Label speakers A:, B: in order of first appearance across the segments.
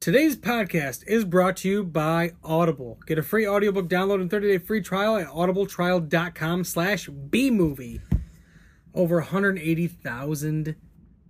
A: Today's podcast is brought to you by Audible. Get a free audiobook download and 30-day free trial at audibletrial.com slash bmovie. Over 180,000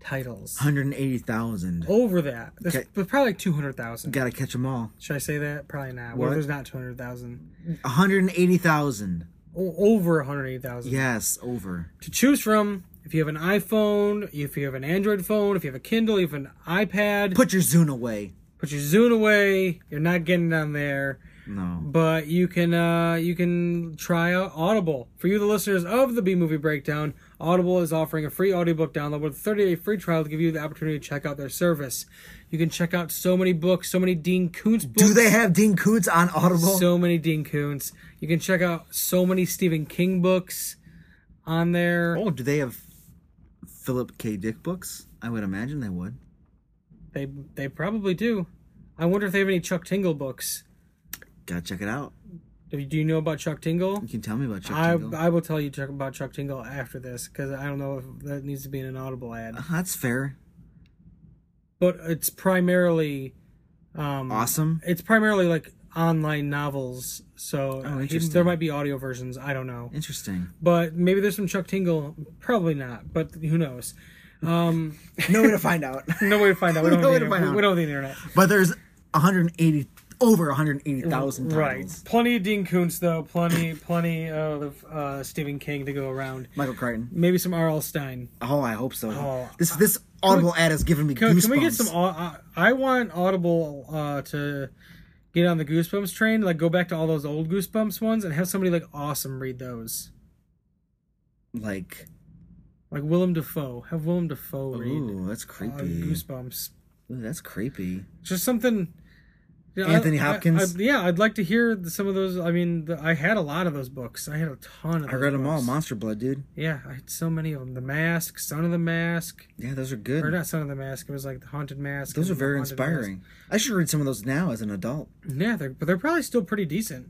A: titles.
B: 180,000.
A: Over that. There's
B: Okay.
A: there's probably like 200,000.
B: Gotta catch them all.
A: Should I say that? Probably not. What, if
B: What?
A: there's not 200,000?
B: 180,000.
A: O- over 180,000.
B: Yes, over.
A: to choose from if you have an iPhone, if you have an Android phone, if you have a Kindle, if you have an iPad.
B: Put your Zune away.
A: Put your Zune away. You're not getting it on there.
B: No.
A: But you can uh, you can try out Audible. For you, the listeners of the B Movie Breakdown, Audible is offering a free audiobook download with a 30 day free trial to give you the opportunity to check out their service. You can check out so many books, so many Dean Koontz books.
B: Do they have Dean Koontz on Audible?
A: So many Dean Koontz. You can check out so many Stephen King books on there.
B: oh, do they have Philip K. Dick books? I would imagine they would.
A: They they probably do. I wonder if they have any Chuck Tingle books.
B: Gotta check it out.
A: Do you, do you know about Chuck Tingle?
B: You can tell me about Chuck
A: I,
B: Tingle.
A: I will tell you Chuck, about Chuck Tingle after this because I don't know if that needs to be in an Audible ad.
B: Uh, That's fair.
A: But it's primarily, um,
B: Awesome.
A: it's primarily like online novels. So uh,
B: Oh, interesting.
A: there might be audio versions. I don't know.
B: Interesting.
A: But maybe there's some Chuck Tingle. Probably not. But who knows? Um,
B: No way to find out.
A: no way to find out. We don't
B: No
A: have
B: way
A: the
B: to find
A: internet.
B: out.
A: We don't have the internet.
B: but there's 180, over 180,000
A: Right.
B: titles.
A: Plenty of Dean Koontz, though. Plenty, plenty of uh, Stephen King to go around.
B: Michael Crichton.
A: Maybe some R.L. Stein.
B: Oh, I hope so.
A: Oh,
B: this this Audible ad has given me
A: Can,
B: goosebumps.
A: can we get some? au- I, I want Audible uh, to get on the Goosebumps train. Like, go back to all those old Goosebumps ones and have somebody like awesome read those.
B: like?
A: Like Willem Dafoe. Have Willem Dafoe read
B: Ooh, that's
A: uh,
B: creepy.
A: Goosebumps.
B: Ooh, that's creepy.
A: Just something. Yeah,
B: Anthony
A: I- I-
B: Hopkins?
A: I- yeah, I'd like to hear the- some of those. I mean, the, I had a lot of those books. I had a ton of.
B: I
A: those
B: read them all.
A: books.
B: Monster Blood, dude.
A: Yeah, I had so many of them. The Mask, Son of the Mask,
B: Yeah, those are
A: or
B: good.
A: not Son of the Mask. It was like the Haunted Mask.
B: Those are
A: and The
B: very
A: Haunted
B: inspiring. I should read some of those now as an adult.
A: Mask. Yeah, they're, but they're probably still pretty decent.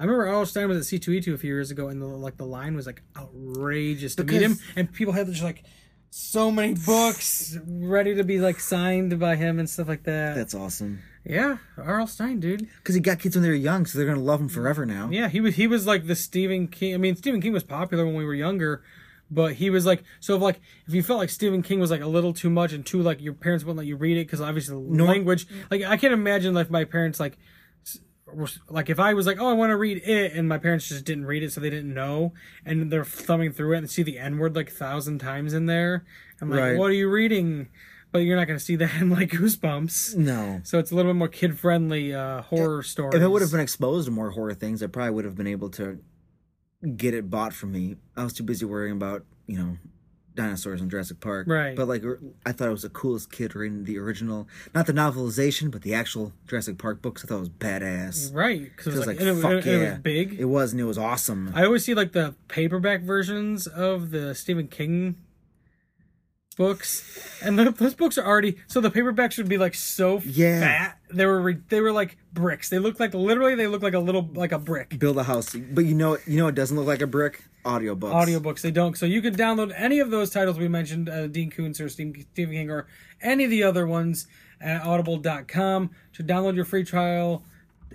A: I remember Arnold Stein was at C two E two a few years ago, and the, like the line was like outrageous to meet him,
B: Because-
A: and people had just like so many books ready to be like signed by him and stuff like that.
B: That's awesome.
A: yeah, Arnold Stein, dude.
B: Because he got kids when they were young, so they're gonna love him forever now.
A: Yeah, he was he was like the Stephen King. I mean, Stephen King was popular when we were younger, but he was like so if like if you felt like Stephen King was like a little too much and too like your parents wouldn't let you read it because obviously the language. Like I can't imagine like my parents like s- were s- like if I was like oh I want to read it and my parents just didn't read it so they didn't know and they're thumbing through it and see the N word like thousand times in there. I'm like,
B: Right.
A: what are you reading? But you're not gonna see that in like Goosebumps.
B: No.
A: So it's a little bit more kid friendly uh, horror story.
B: If I would have been exposed to more horror things, I probably would have been able to get it bought from me. I was too busy worrying about, you know, dinosaurs in Jurassic Park.
A: Right.
B: But like, er- I thought I was the coolest kid reading the original, not the novelization, but the actual Jurassic Park books. I thought it was badass.
A: Right, because it
B: I
A: was
B: was
A: like,
B: like,
A: and it,
B: fuck
A: and it
B: yeah.
A: was big.
B: It was, and it was awesome.
A: I always see like the paperback versions of the Stephen King books, and tho- those books are already so the paperbacks would be like so
B: Yeah.
A: fat. They were re- they were like bricks. They looked like literally they looked like a little like a brick.
B: build a house but you know you know it doesn't look like a brick audiobooks
A: Audiobooks they don't. So you can download any of those titles we mentioned, uh, Dean Koontz or Stephen Stephen King or any of the other ones at audible.com to download your free trial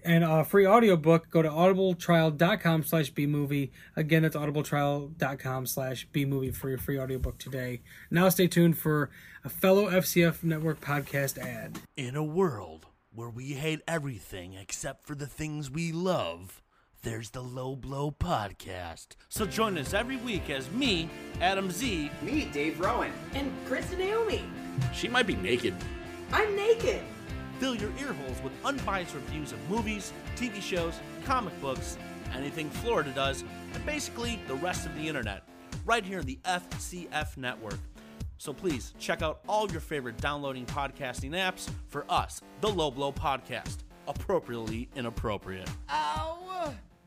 A: and a free audiobook go to audibletrial.com slash bmovie again that's audibletrial.com slash bmovie for your free audiobook today now stay tuned for a fellow fcf network podcast ad
C: In a world where we hate everything except for the things we love, there's the Low Blow Podcast. So join us every week as me, Adam Z,
D: Me, Dave Rowan.
E: And Chris and Naomi,
C: she might be naked,
E: I'm naked.
C: fill your ear holes with unbiased reviews of movies, TV shows, comic books, anything Florida does, and basically the rest of the internet, right here in the FCF network. So please check out all your favorite downloading podcasting apps for us, the Low Blow Podcast. Appropriately inappropriate.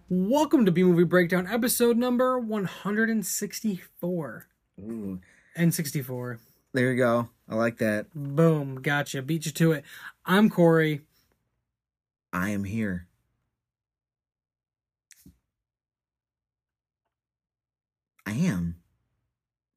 A: welcome to b movie breakdown episode number 164
B: Ooh,
A: and 64
B: there you go i like that
A: Boom, gotcha. Beat you to it. I'm Corey.
B: i am here i am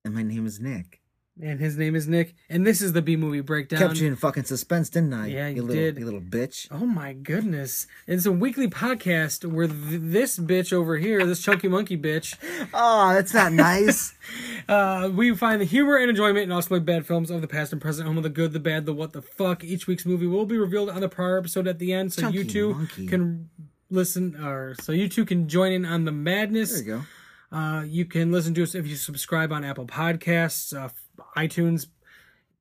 B: and my name is nick
A: and his name is Nick. And this is the B movie breakdown.
B: Kept you in fucking suspense, didn't I?
A: Yeah, you
B: little,
A: did.
B: You little bitch.
A: Oh my goodness! It's a weekly podcast where th- this bitch over here, this chunky monkey bitch,
B: Oh, that's not nice.
A: uh, we find the humor and enjoyment in also bad films of the past and present, home of the good, the bad, the what the fuck. Each week's movie will be revealed on the prior episode at the end, so you
B: Chunky
A: two
B: monkey.
A: can listen, or so you two can join in on the madness.
B: there you go.
A: Uh, you can listen to us if you subscribe on Apple Podcasts, uh, iTunes,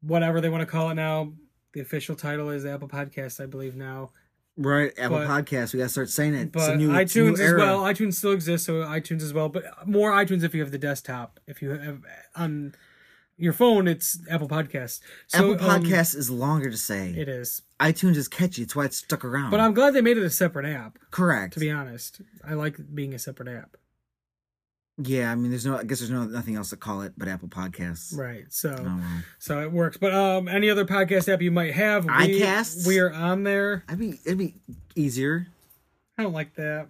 A: whatever they want to call it now. The official title is Apple Podcasts, I believe now.
B: Right, Apple
A: But-
B: Podcasts. We gotta start saying it. It's a
A: But
B: new- it's a new
A: iTunes as
B: era.
A: well. iTunes still exists, so iTunes as well. But more iTunes if you have the desktop. If you have on your phone, it's Apple Podcasts. So,
B: Apple
A: um,
B: Podcasts is longer to say.
A: it is.
B: iTunes is catchy. It's why it's stuck around.
A: But I'm glad they made it a separate app.
B: correct.
A: To be honest, I like being a separate app.
B: yeah, I mean, there's no. I guess there's no nothing else to call it but Apple Podcasts.
A: Right. So.
B: Oh, well.
A: So it works. But um, any other podcast app you might have, we,
B: iCasts?
A: we are on there.
B: I'd be. It'd be easier.
A: I don't like that.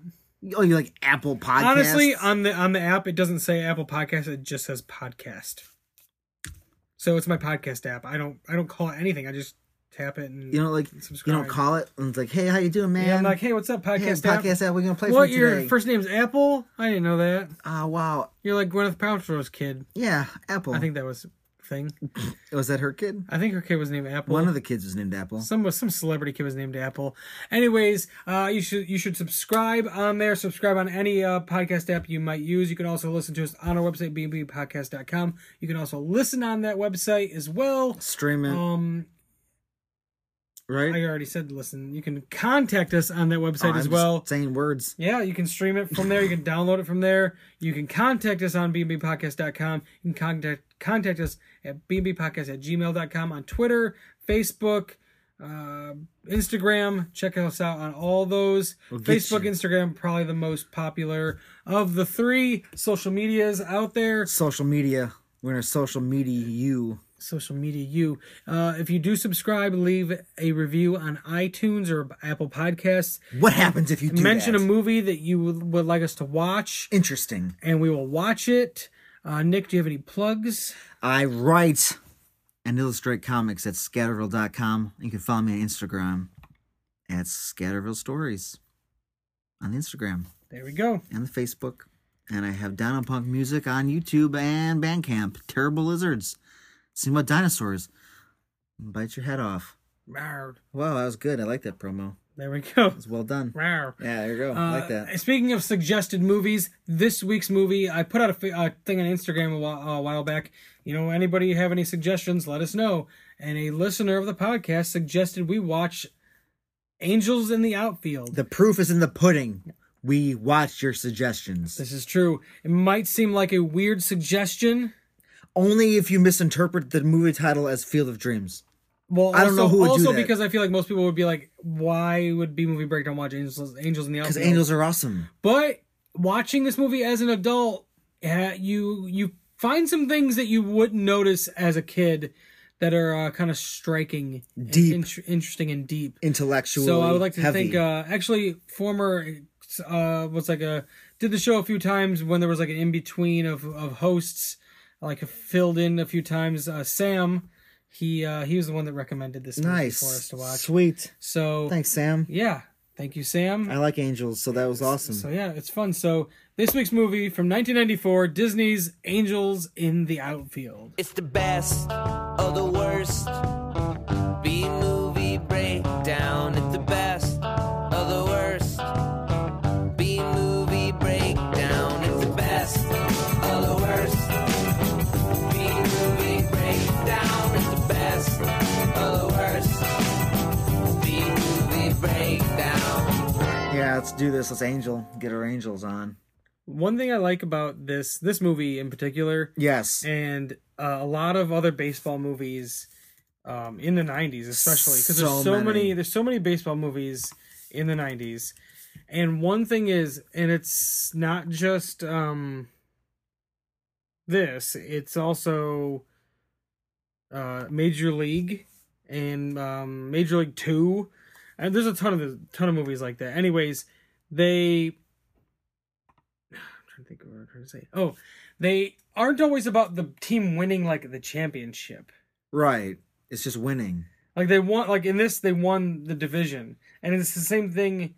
B: Oh, you like Apple Podcasts?
A: Honestly, on the on the app, it doesn't say Apple Podcast. It just says podcast. So it's my podcast app. I don't I don't call it anything. I just tap it and
B: you don't like. You
A: subscribe.
B: don't call it and it's like, hey, how you doing, man?
A: yeah, I'm like, hey, what's up,
B: Hey,
A: podcast app?
B: podcast app. We're gonna play
A: what
B: for you
A: your
B: today.
A: first name's Apple? I didn't know that.
B: Ah, wow.
A: You're like Gwyneth Paltrow's kid.
B: Yeah, Apple.
A: I think that was a thing.
B: was that her kid?
A: I think her kid was named Apple.
B: One of the kids was named Apple.
A: Some some celebrity kid was named Apple. Anyways, uh, you should you should subscribe on there. Subscribe on any uh, podcast app you might use. You can also listen to us on our website bmbpodcast.com. You can also listen on that website as well.
B: Stream it,
A: Um,
B: right?
A: I already said listen. You can contact us on that
B: Oh,
A: website
B: I'm
A: as
B: just
A: well.
B: Saying words.
A: Yeah, you can stream it from there. You can download it from there. You can contact us on bnbpodcast.com. You can contact contact us at bnbpodcast at gmail.com on Twitter, Facebook, uh, Instagram. Check us out on all those.
B: get
A: Facebook,
B: you.
A: Instagram, probably the most popular of the three social medias out there.
B: Social media. We're in a social media you.
A: Social media, you. Uh, if you do subscribe, leave a review on iTunes or Apple Podcasts.
B: What happens if you do
A: Mention
B: that?
A: a movie that you would would like us to watch.
B: Interesting.
A: and we will watch it. Uh, Nick, do you have any plugs?
B: I write and illustrate comics at scatterville.com. You can follow me on Instagram at Scatterville Stories on Instagram
A: There we go.
B: and the Facebook. And I have Dino Punk music on YouTube and Bandcamp. Terrible lizards. Sing about dinosaurs. Bite your head off.
A: Rawr.
B: Wow, that was good. I like that promo.
A: There we go.
B: It's well done.
A: Rawr.
B: Yeah, there you go. I like that.
A: Uh, speaking of suggested movies, this week's movie, I put out a, fi- a thing on Instagram a while, a while back. You know, anybody have any suggestions, let us know. And a listener of the podcast suggested we watch Angels in the Outfield.
B: The proof is in the pudding. We watched your suggestions.
A: this is true. It might seem like a weird suggestion.
B: Only if you misinterpret the movie title as Field of Dreams.
A: Well,
B: I don't
A: also-
B: know who would do
A: also
B: that.
A: because I feel like most people would be like, "Why would B movie breakdown watch Angels Angels in the Outfield?"
B: Because angels are awesome.
A: but watching this movie as an adult uh, you you find some things that you wouldn't notice as a kid that are uh, kind of striking and
B: Deep.
A: inter- interesting and deep
B: Intellectual.
A: so i would like to
B: heavy.
A: think uh, actually former uh was like a did the show a few times when there was like an in-between of of hosts like filled in a few times uh, sam he uh he was the one that recommended this movie
B: nice.
A: for us to watch
B: Sweet.
A: so
B: Thanks, Sam.
A: yeah thank you sam
B: I like angels, so that was awesome.
A: so yeah, it's fun. So this week's movie from 1994, Disney's Angels in the Outfield.
D: It's the best of the worst. B movie breakdown. It's the best of the worst. B movie breakdown. It's the best of the worst. B movie breakdown. It's the best of the worst. B movie breakdown.
B: yeah, let's do this. Let's angel. Get our angels on.
A: One thing I like about this this movie in particular,
B: Yes.
A: and uh, a lot of other baseball movies um, in the 90s, especially because
B: So
A: there's so many.
B: many.
A: there's so many baseball movies in the 90s, and one thing is, and it's not just um, this; it's also uh, Major League and um, Major League Two, and there's a ton of ton of movies like that. Anyways, they. I'm trying to think of what I'm trying to say. Oh, they aren't always about the team winning like the championship.
B: Right. It's just winning.
A: Like they won like in this they won the division. And it's the same thing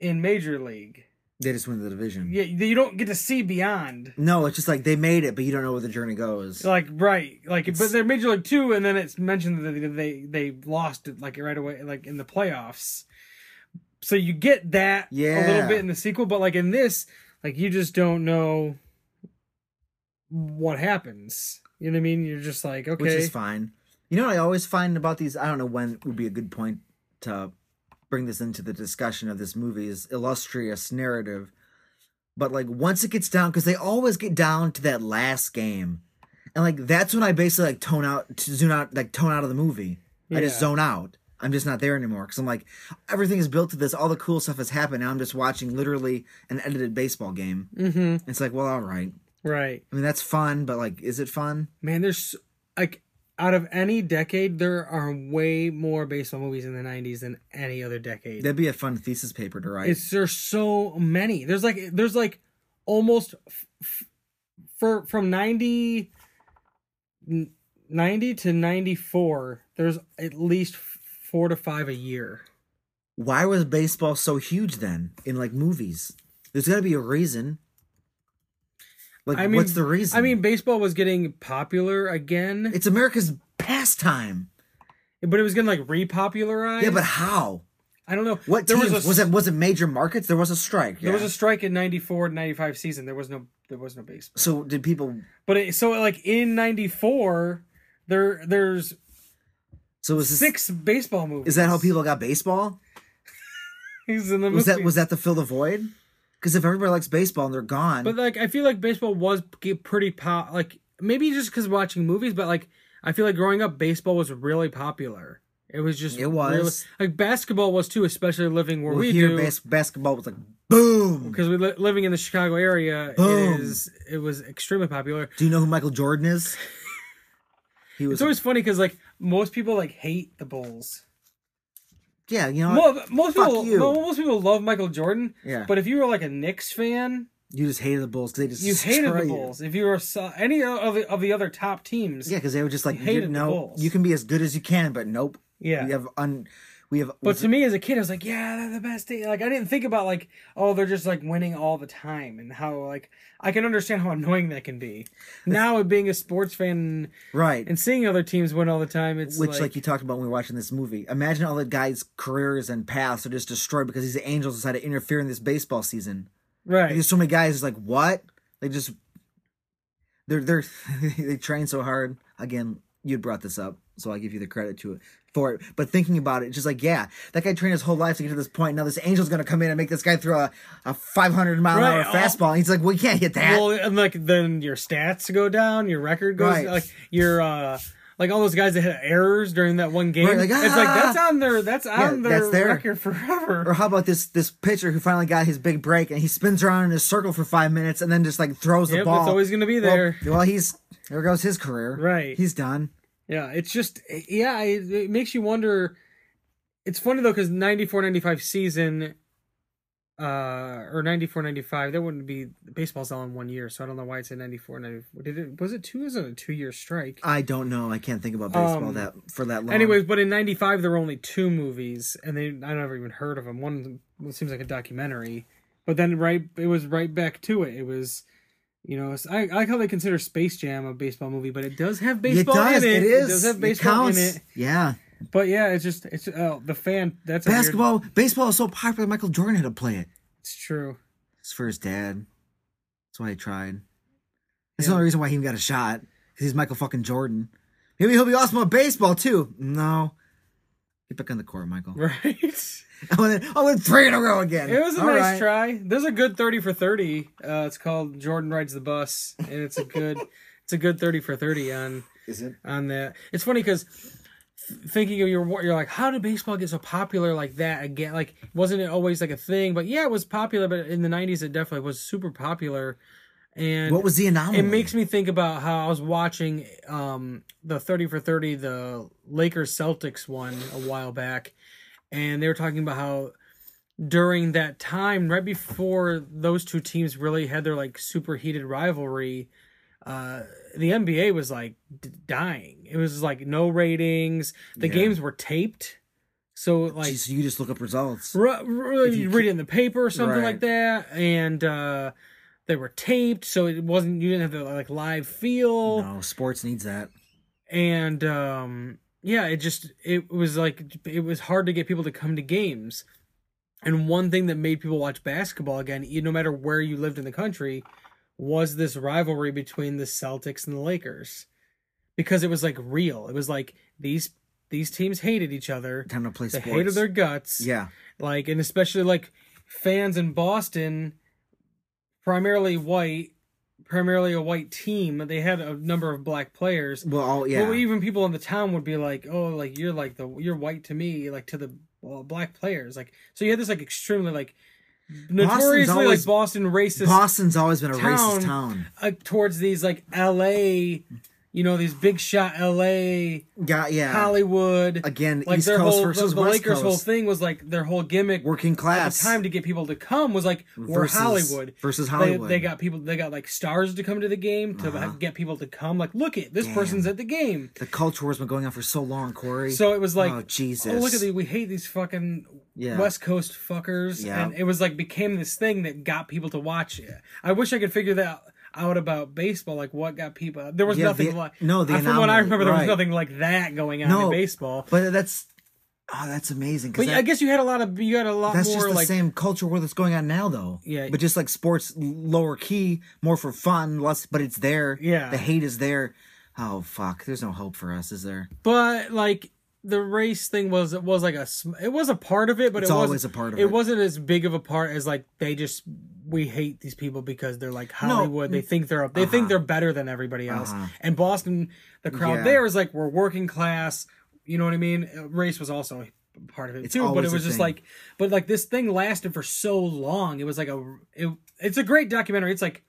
A: in major league.
B: They just win the division.
A: Yeah, you don't get to see beyond.
B: No, it's just like they made it, but you don't know where the journey goes.
A: Like right, like but
B: It's-
A: they're major league two, and then it's mentioned that they they lost it like right away, like in the playoffs. So you get that a little
B: Yeah.
A: bit in the sequel, but like in this, like you just don't know what happens. You know what I mean? You're just like okay,
B: which is fine. You know what I always find about these? I don't know when would be a good point to bring this into the discussion of this movie's illustrious narrative, but like once it gets down, because they always get down to that last game, and like that's when I basically like tone out, to zone out, like tone out of the movie. I just
A: Yeah.
B: zone out. I'm just not there anymore because I'm like everything is built to this. All the cool stuff has happened. Now I'm just watching literally an edited baseball game.
A: hmm
B: It's like, well, all right.
A: right,
B: I mean, that's fun, but like, is it fun?
A: man. There's like out of any decade, there are way more baseball movies in the '90s than any other decade.
B: That'd be a fun thesis paper to write.
A: It's there's so many. There's like there's like almost f- f- for from 90 n- 90 to 94 there's at least f- 4 to 5 a year.
B: why was baseball so huge then in like movies? There's got to be a reason. Like,
A: I mean
B: what's the reason?
A: I mean baseball was getting popular again,
B: it's America's pastime.
A: but it was getting like repopularized.
B: Yeah, but how?
A: I don't know.
B: What
A: there
B: teams?
A: was
B: Was,
A: a,
B: it was it major markets? There was a strike.
A: there was
B: yeah.
A: a strike in 94 to 95 season. There was no there was no baseball.
B: so did people?
A: But it, so like in 94 there there's
B: So was this,
A: six baseball movies.
B: Is that how people got baseball?
A: He's in the
B: Was that
A: movie.
B: was that to fill the void? Because if everybody likes baseball and they're gone,
A: But like, I feel like baseball was p- pretty pop. Like maybe just because watching movies, but like, I feel like growing up, baseball was really popular. It was just
B: It was.
A: really- like basketball was too, especially living where
B: well,
A: we
B: here
A: do
B: bas- basketball was like boom.
A: because we li- living in the Chicago area. It
B: Boom.
A: is it was extremely popular.
B: Do you know who Michael Jordan is? He was
A: It's always funny because like most people like hate the Bulls.
B: yeah. You know what?
A: Mo- most
B: fuck
A: people,
B: you.
A: mo- most people love Michael Jordan.
B: Yeah.
A: But if you were like a Knicks fan,
B: you just hated the Bulls because they just
A: you hated
B: destroy
A: the
B: you.
A: Bulls. If you were so- any of the, of the other top teams,
B: Yeah, because they were just like,
A: They hated
B: you
A: the
B: know,
A: Bulls.
B: you can be as good as you can, but nope.
A: yeah.
B: We have un, we have.
A: But to me as a kid, I was like, yeah, they're the best team. Like I didn't think about like, oh, they're just like winning all the time and how like I can understand how annoying that can be. Now being a sports fan
B: right,
A: and seeing other teams win all the time, it's
B: which
A: like,
B: like, you talked about when we were watching this movie. Imagine all the guys' careers and paths are just destroyed because these angels decided to interfere in this baseball season.
A: right.
B: Like, there's so many guys it's like what they just they're they're they train so hard. Again, you brought this up, so I give you the credit to it for it. But thinking about it, it's just like yeah, that guy trained his whole life to get to this point. Now this angel's gonna come in and make this guy throw a, a 500 mile an hour
A: Right, oh.
B: fastball. And he's like, well, you can't hit that.
A: well, and like then your stats go down, your record goes
B: Right.
A: like your uh like all those guys that had errors during that one game.
B: Right, like,
A: It's like
B: "Ah!"
A: that's on their that's on their
B: that's there.
A: record forever.
B: Or how about this this pitcher who finally got his big break and he spins around in a circle for five minutes and then just like throws the
A: Yep,
B: ball.
A: it's always gonna be
B: Well-
A: there.
B: Well, he's there goes his career.
A: Right.
B: He's done.
A: Yeah, it's just yeah, it, it makes you wonder. It's funny though because 94-95 season, uh, or 94-95, that wouldn't be baseball's all in one year, so I don't know why it's in 94 95 Did it was it two? Is it a two year strike?
B: I don't know. I can't think about baseball
A: Um,
B: that for that long.
A: Anyways, but in '95 there were only two movies, and they I never even heard of them. One seems like a documentary, but then right it was right back to it. It was, you know, I I like how they consider Space Jam a baseball movie, but it does have
B: it
A: baseball
B: does.
A: in it.
B: it is.
A: It does have
B: It
A: baseball in
B: counts.
A: it.
B: Yeah.
A: But yeah, it's just it's oh, the fan. That's a weird-
B: Basketball. Baseball is so popular. Michael Jordan had to play it.
A: it's true.
B: It's for his dad. That's why he tried. That's the only reason why he even got a shot. Because he's Michael fucking Jordan. Maybe he'll be awesome at baseball too. No. Get back on the court, Michael.
A: Right. It
B: I went, I went three in a row again.
A: was a
B: All
A: nice
B: right.
A: try. There's a good thirty for thirty. Uh, it's called Jordan rides the bus, and it's a good it's a good thirty for thirty on
B: Is it?
A: on that. It's funny because thinking of your war, you're like, how did baseball get so popular like that again? Like, wasn't it always like a thing? But yeah, it was popular. But in the '90s, it definitely was super popular. And
B: What was the anomaly?
A: it makes me think about how I was watching um, the 30 for 30, the Lakers Celtics one a while back, and they were talking about how during that time, right before those two teams really had their like super heated rivalry, uh, the NBA was like d- dying. It was like no ratings. The
B: Yeah.
A: games were taped, so like
B: Jeez, you just look up results.
A: ru- ru-
B: If you
A: you
B: keep-
A: read it in the paper or something
B: Right.
A: like that, and uh, they were taped, so it wasn't you didn't have the like live feel
B: No, sports needs that.
A: and um yeah it just it was like it was hard to get people to come to games and one thing that made people watch basketball again e- no matter where you lived in the country was this rivalry between the celtics and the lakers because it was like real it was like these these teams hated each other
B: Time to play
A: they
B: sports.
A: hated their guts
B: yeah,
A: like and especially like fans in Boston, primarily white, primarily a white team. They had a number of black players.
B: well, all yeah.
A: But even people in the town would be like, "Oh, like you're like the you're white to me, like to the well, black players." Like so, you had this like extremely like notoriously like
B: always-
A: Boston racist
B: Boston's always been a
A: town-
B: racist town.
A: uh, towards these like L.A. You know these big shot L.A.
B: Yeah, yeah.
A: Hollywood
B: Um, Again,
A: like
B: East
A: their
B: Coast
A: whole
B: versus
A: the, the
B: West
A: Lakers whole
B: Coast.
A: thing was like their whole gimmick
B: Working class.
A: at the time to get people to come was like we're
B: Versus-
A: Hollywood
B: versus
A: They-
B: Hollywood. Uh-huh.
A: They, got people. They got like stars to come to the game to ha- get people to come. Like, look it, this person's at the game.
B: the culture has been going on for so long, Corey.
A: So it was like,
B: oh Jesus,
A: oh, look at these. We hate these fucking
B: Yeah.
A: West Coast fuckers.
B: Yeah.
A: And it was like became this thing that got people to watch it. I wish I could figure that out about baseball. Like what got people? There was
B: Yeah,
A: nothing
B: the-
A: like
B: no, the
A: from what I
B: anomaly,
A: remember, there was
B: right.
A: nothing like that going on in baseball.
B: But that's oh, that's amazing. 'cause
A: But
B: that-
A: I guess you had a lot of you had a lot
B: that's
A: more
B: just the
A: like
B: same culture war that's going on now, though.
A: Yeah.
B: but just like sports, l- lower key, more for fun, less. But it's there.
A: Yeah.
B: the hate is there. Oh fuck, there's no hope for us, is there?
A: but like the race thing was it was like a sm- it was a part of it, but
B: It's
A: it was
B: always a part of
A: It
B: it.
A: wasn't as big of a part as like they just we hate these people because they're like Hollywood. They think they're up. They think they're better than everybody else. And Boston, the crowd
B: Uh-huh. Yeah.
A: there is like we're working class. You know what I mean? Race was also a part of it
B: It's
A: too, but
B: always
A: it
B: a
A: was just
B: thing.
A: like but like this thing lasted for so long. It was like a it, it's a great documentary. It's like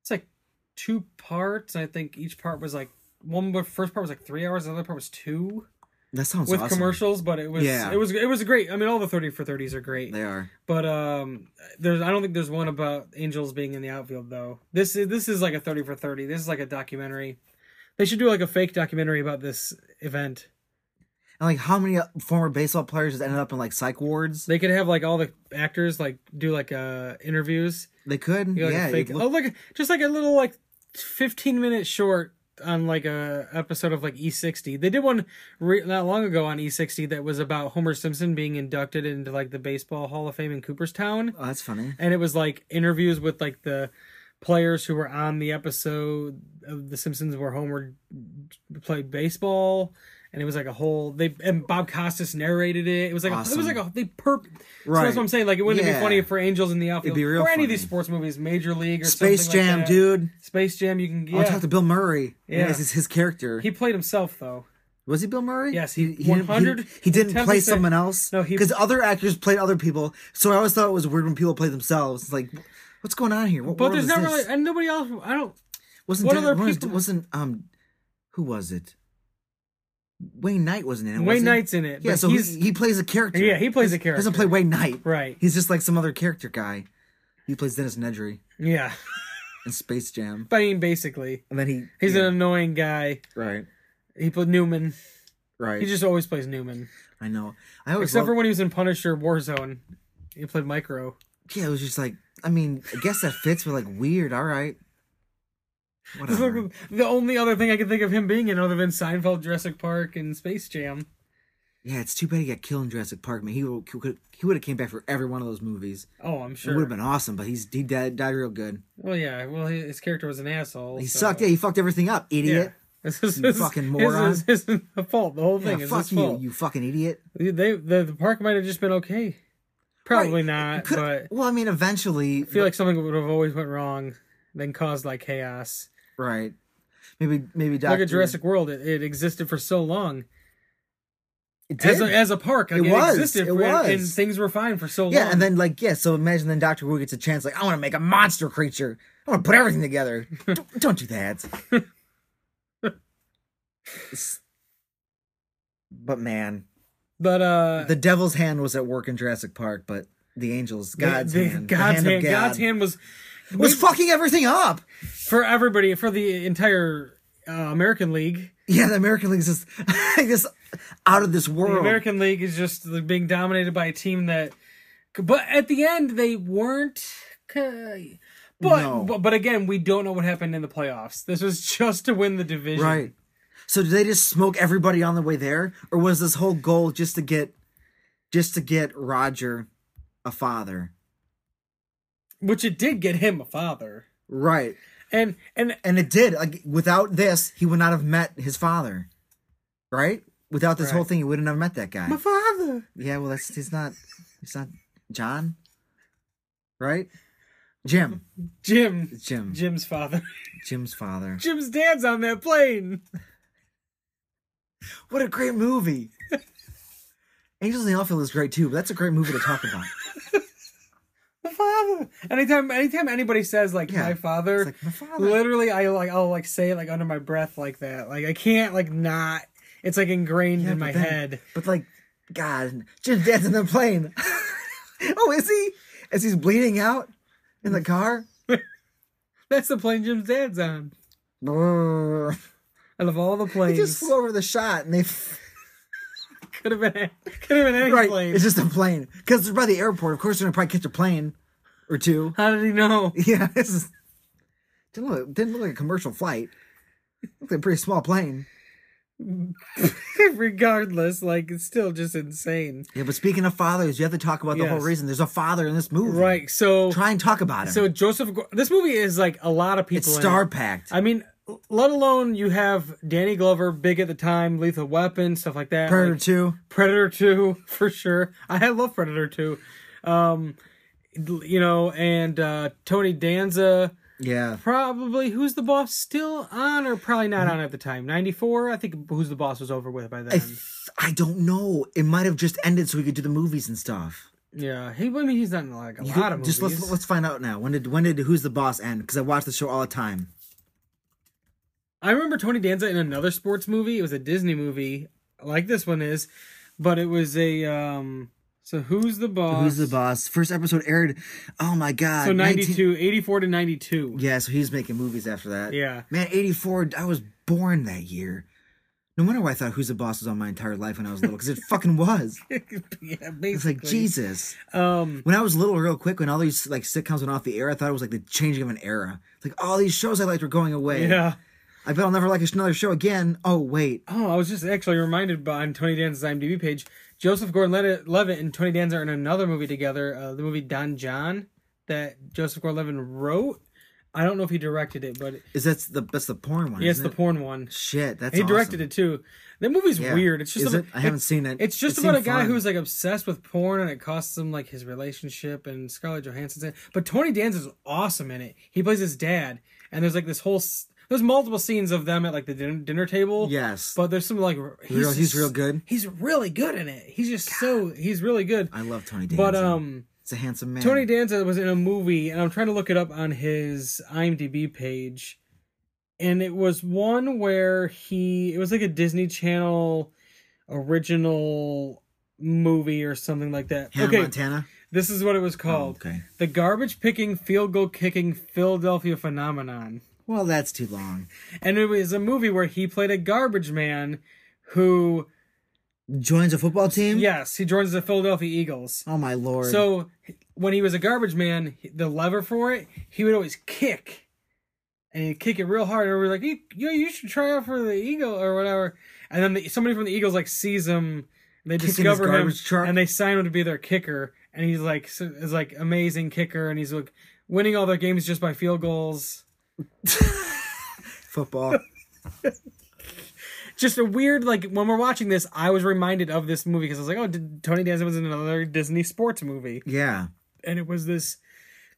A: it's like two parts. I think each part was like one. The first part was like three hours. The other part was two
B: That sounds
A: with
B: awesome.
A: commercials. But it was
B: Yeah.
A: it was it was great. I mean, all the thirty for thirties are great.
B: They are.
A: But um, there's I don't think there's one about Angels being in the outfield though. This is this is like a thirty for thirty. This is like a documentary. They should do like a fake documentary about this event.
B: And like, how many uh, former baseball players just ended up in like psych wards?
A: They could have like all the actors like do like uh interviews.
B: They could,
A: You know, like
B: Mm-hmm. yeah.
A: a fake,
B: you'd look-
A: oh look, just like a little like fifteen minute short on like a episode of like E60. They did one re- not long ago on E60 that was about Homer Simpson being inducted into like the Baseball Hall of Fame in Cooperstown,
B: oh, that's funny.
A: and it was like interviews with like the players who were on the episode of The Simpsons where Homer played baseball. And it was like a whole they and Bob Costas narrated it. It was like a, it was
B: Awesome.
A: like a they perp. So
B: Right.
A: that's what I'm saying. Like it wouldn't
B: Yeah.
A: be funny for Angels in the Outfield
B: It'd be real
A: or any of these
B: funny.
A: sports movies, Major League or
B: Space
A: something like
B: Jam,
A: that.
B: dude.
A: Space Jam, you can
B: I
A: get.
B: want to talk to Bill Murray.
A: Yeah.
B: Yeah, this is his character.
A: he played himself though.
B: was he Bill Murray?
A: Yes,
B: he he, didn't-
A: 100
B: he, he didn't play
A: 10%.
B: someone else.
A: No, he-
B: because other actors played other people. So I always thought it was weird when people played themselves. It's like, what's going on here? What
A: But
B: world
A: there's
B: is
A: not
B: this?
A: really and nobody else. I don't.
B: wasn't
A: what
B: Dan-
A: other
B: wasn't-
A: people-
B: wasn't um who was it? Wayne Knight wasn't in it. was
A: Wayne
B: he?
A: Knight's in it.
B: Yeah,
A: but
B: so
A: he's
B: he, he plays a character.
A: Yeah, he plays a
B: Doesn't
A: character.
B: play Wayne Knight.
A: right.
B: He's just like some other character guy. He plays Dennis Nedry
A: yeah,
B: in Space Jam,
A: I mean basically,
B: and then he
A: he's
B: yeah,
A: an annoying guy.
B: right,
A: He put Newman.
B: right.
A: He just always plays Newman,
B: I know. I always
A: except
B: loved-
A: for when he was in Punisher Warzone. He played Micro.
B: yeah, it was just like, I mean, I guess that fits, but like weird. All right, whatever.
A: the only other thing I can think of him being in, other than Seinfeld, Jurassic Park, and Space Jam.
B: yeah, it's too bad he got killed in Jurassic Park. Man, he would he would have came back for every one of those movies.
A: Oh, I'm
B: It
A: sure.
B: would have been awesome, but he's he died, died real good.
A: Well, yeah. Well, he- his character was an asshole.
B: He
A: so-
B: sucked. Yeah, he fucked everything up,
A: Yeah.
B: idiot.
A: This is
B: You
A: his,
B: fucking
A: his-
B: moron.
A: His, his, fault. The whole
B: Yeah,
A: thing is
B: fuck
A: his
B: you,
A: fault.
B: you fucking idiot.
A: They, the, the park might have just been okay. Probably
B: Right.
A: not,
B: Could-
A: but
B: well, I mean, eventually,
A: I feel like something would have always went wrong, then caused like chaos.
B: right? Maybe maybe
A: Look
B: Doctor
A: at Jurassic World; it, it existed for so long
B: It did.
A: as a, as a park. Like,
B: It
A: it,
B: was,
A: existed,
B: it
A: for- and- and
B: was.
A: things were fine for so long.
B: Yeah, and then like yeah, so imagine then Doctor Who gets a chance like I want to make a monster creature. I want to put everything together. don't, don't do that. It's- but man,
A: but uh,
B: the devil's hand was at work in Jurassic Park, but the angels,
A: the-
B: God's
A: the-
B: hand, the
A: God's
B: hand of
A: hand,
B: God.
A: God's hand was
B: was fucking everything up.
A: for everybody for the entire uh, American League.
B: Yeah, the American League is just, just out of this
A: The
B: world.
A: American League is just like, being dominated by a team that, but at the end they weren't. ca- But,
B: No.
A: but but again, we don't know what happened in the playoffs. This was just to win the division.
B: Right. So did they just smoke everybody on the way there, or was this whole goal just to get, just to get Roger, a father?
A: Which it did get him a father.
B: Right.
A: And and
B: And it did. Like without this, he would not have met his father. Right. Without this whole
A: Right.
B: thing, he wouldn't have met that guy.
A: father.
B: yeah. Well, that's he's not. He's not John. Right. Jim.
A: Jim.
B: It's Jim.
A: Jim's father.
B: Jim's father.
A: Jim's dad's on that plane.
B: What a great movie. Angels in the Outfield is great too, but that's a great movie to talk about.
A: My father. Anytime anytime anybody says like
B: Yeah.
A: my father,
B: It's like, "My father."
A: literally I like I'll like say it like under my breath like that. Like I can't like not it's like ingrained
B: Yeah,
A: in
B: but
A: my
B: then-
A: head.
B: But like, God, Jim's dad's in the plane. oh, is he? As he's bleeding out in the car?
A: That's the plane Jim's dad's on.
B: Brrr.
A: Out of all the
B: They
A: planes,
B: just flew over the shot and they. F-
A: could have been could have been any
B: right.
A: plane.
B: It's just a plane. Because they're by the airport. Of course, they're going to probably catch a plane or two.
A: How did he know?
B: Yeah. This is. Didn't look, didn't look like a commercial flight. Looked like a pretty small plane.
A: Regardless, like it's still just insane.
B: Yeah, but speaking of fathers, you have to talk about the whole
A: Yes.
B: reason. There's a father in this movie.
A: Right. So
B: Try and talk about him.
A: so Joseph Gor- this movie is like a lot of people
B: it's
A: in it.
B: star packed.
A: I mean, let alone you have Danny Glover, big at the time, Lethal Weapon, stuff like that.
B: Predator
A: Like,
B: 2.
A: Predator 2, for sure. I had- love Predator 2. Um, you know, and uh, Tony Danza,
B: Yeah.
A: probably Who's the Boss still on or probably not on at the time? 94? I think Who's the Boss was over with by then.
B: I, th- I don't know. It might have just ended so we could do the movies and stuff.
A: yeah, he, I mean, he's not in like a
B: You
A: lot
B: could-
A: of movies.
B: just let's let's find out now. When did when did Who's the Boss end? Because I watch the show all the time.
A: I remember Tony Danza in another sports movie. It was a Disney movie, like this one is, but it was a um. So who's the boss?
B: Who's the Boss? First episode aired. Oh my god.
A: So
B: 19
A: 92, 84 to ninety two.
B: yeah, so he's making movies after that.
A: Yeah.
B: Man, eighty four. I was born that year. No wonder why I thought Who's the Boss was on my entire life when I was little because it fucking was.
A: yeah, basically.
B: It's like Jesus.
A: Um,
B: When I was little, real quick, when all these like sitcoms went off the air, I thought it was like the changing of an era. It's like all these shows I liked were going away.
A: yeah.
B: I bet I'll never like another show again. Oh wait,
A: Oh, I was just actually reminded by on Tony Danza's IMDb page, Joseph Gordon-Levitt and Tony Danza are in another movie together, uh, the movie Don John that Joseph Gordon-Levitt wrote. I don't know if he directed it, but
B: is that the that's the porn one?
A: yeah, it's
B: isn't
A: the
B: it?
A: porn one.
B: Shit, that's
A: he directed
B: awesome.
A: it too. That movie's
B: Yeah.
A: weird. It's just
B: Is
A: about-
B: it? I haven't seen it.
A: It's just
B: It
A: about a
B: seemed
A: guy
B: fun.
A: who's like obsessed with porn, and it costs him like his relationship. And Scarlett Johansson's in it. but Tony Danza's awesome in it. He plays his dad, and there's like this whole s- there's multiple scenes of them at like the dinner, dinner table.
B: Yes.
A: but there's some like r- he's
B: Real- he's
A: just-
B: real good?
A: He's really good in it. He's just so he's really good.
B: I love Tony Danza.
A: But um,
B: it's a handsome man.
A: Tony Danza was in a movie, and I'm trying to look it up on his IMDb page, and it was one where he it was like a Disney Channel original movie or something like that.
B: Hannah
A: okay,
B: Montana. Oh,
A: this is what it was called:
B: okay.
A: the garbage picking, field goal kicking Philadelphia phenomenon.
B: Well, that's too long.
A: And it was a movie where he played a garbage man who,
B: Joins a football team.
A: yes, he joins the Philadelphia Eagles.
B: Oh my lord.
A: So when he was a garbage man, the lever for it, he would always kick, and he'd kick it real hard. And we were like, "You, you, you should try out for the Eagle or whatever." And then the, somebody from the Eagles like sees him, and they
B: Kicking his
A: discover him,
B: garbage truck.
A: and they sign him to be their kicker. And he's like, so, is like amazing kicker, and he's like winning all their games just by field goals.
B: football.
A: Just a weird like when we're watching this, I was reminded of this movie because I was like, oh, did, Tony Danza was in another Disney sports movie.
B: yeah.
A: and it was this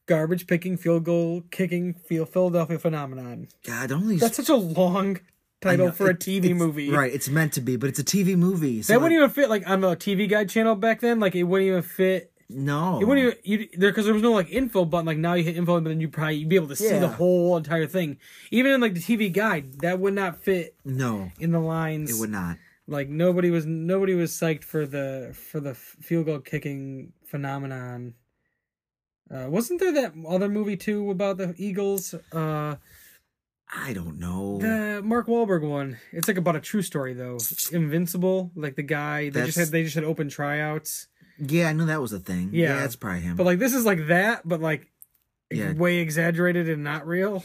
A: garbage picking field goal kicking field Philadelphia phenomenon.
B: God, only
A: That's such a long title for a TV movie.
B: Right. It's meant to be, but it's a TV movie. So
A: That wouldn't even fit like on the TV guide channel back then. Like it wouldn't even fit.
B: No.
A: It wouldn't even you there because there was no like info button. Like now you hit info, but then you probably you'd be able to see the
B: Yeah.
A: whole entire thing. Even in like the TV guide, that would not fit
B: No.
A: in the lines.
B: It would not.
A: Like nobody was nobody was psyched for the for the field goal kicking phenomenon. Uh, wasn't there that other movie too about the Eagles? Uh,
B: I don't know.
A: the Mark Wahlberg one. It's like about a true story though. Invincible, like the guy they just had
B: That's-
A: they just had open tryouts.
B: yeah, I know that was a thing.
A: Yeah.
B: Yeah, that's probably him.
A: But like this is like that, but like
B: Yeah.
A: way exaggerated and not real.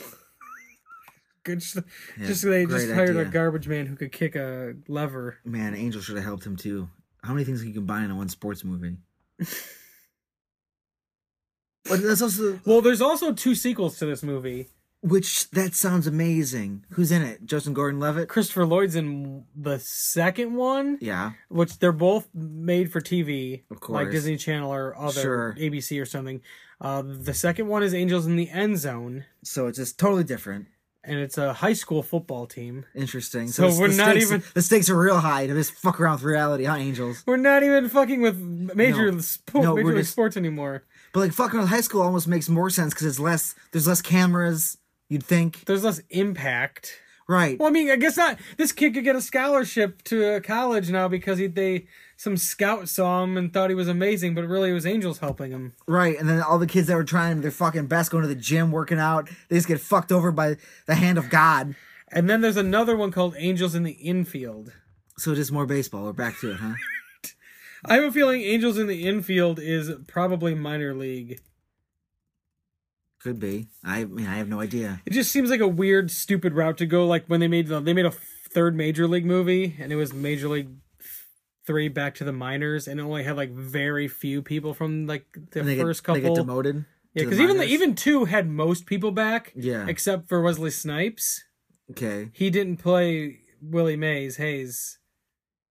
A: Good. Sh-
B: Yeah,
A: just they just
B: great
A: hired a
B: idea.
A: garbage man who could kick a lever.
B: Man, Angel should have helped him too. How many things can you combine in one sports movie? but that's also
A: Well, there's also two sequels to this movie.
B: which that sounds amazing. Who's in it? Justin Gordon-Levitt.
A: Christopher Lloyd's in the second one,
B: Yeah,
A: which they're both made for TV,
B: Of
A: like
B: course.
A: Disney Channel or other
B: Sure.
A: ABC or something. Uh, the second one is Angels in the End Zone,
B: so it's just totally different.
A: and it's a high school football team.
B: Interesting.
A: So
B: it's-
A: we're
B: the
A: not
B: stakes,
A: even-
B: the stakes are real high to just fuck around with reality, huh, Angels?
A: We're not even fucking with major
B: No.
A: sport,
B: No,
A: major
B: we're
A: league
B: just-
A: sports anymore.
B: But like fucking with high school almost makes more sense because it's less. There's less cameras. You'd think,
A: There's less impact.
B: right?
A: Well, I mean, I guess not. This kid could get a scholarship to a college now because he, they some scout saw him and thought he was amazing, but really it was angels helping him.
B: Right, and then all the kids that were trying their fucking best, going to the gym, working out, they just get fucked over by the hand of God.
A: And then there's another one called Angels in the Infield.
B: So it is more baseball. We're back to it, huh?
A: I have a feeling Angels in the Infield is probably minor league.
B: Could be. I mean, I have no idea.
A: It just seems like a weird, stupid route to go. Like when they made the, they made a third major league movie, and it was Major League Three back to the minors, and it only had like very few people from like the
B: And they
A: first
B: get,
A: couple.
B: they get demoted.
A: Yeah,
B: to the
A: because even the,
B: minors.
A: even two had most people back.
B: Yeah.
A: except for Wesley Snipes,
B: okay,
A: he didn't play Willie Mays Hayes.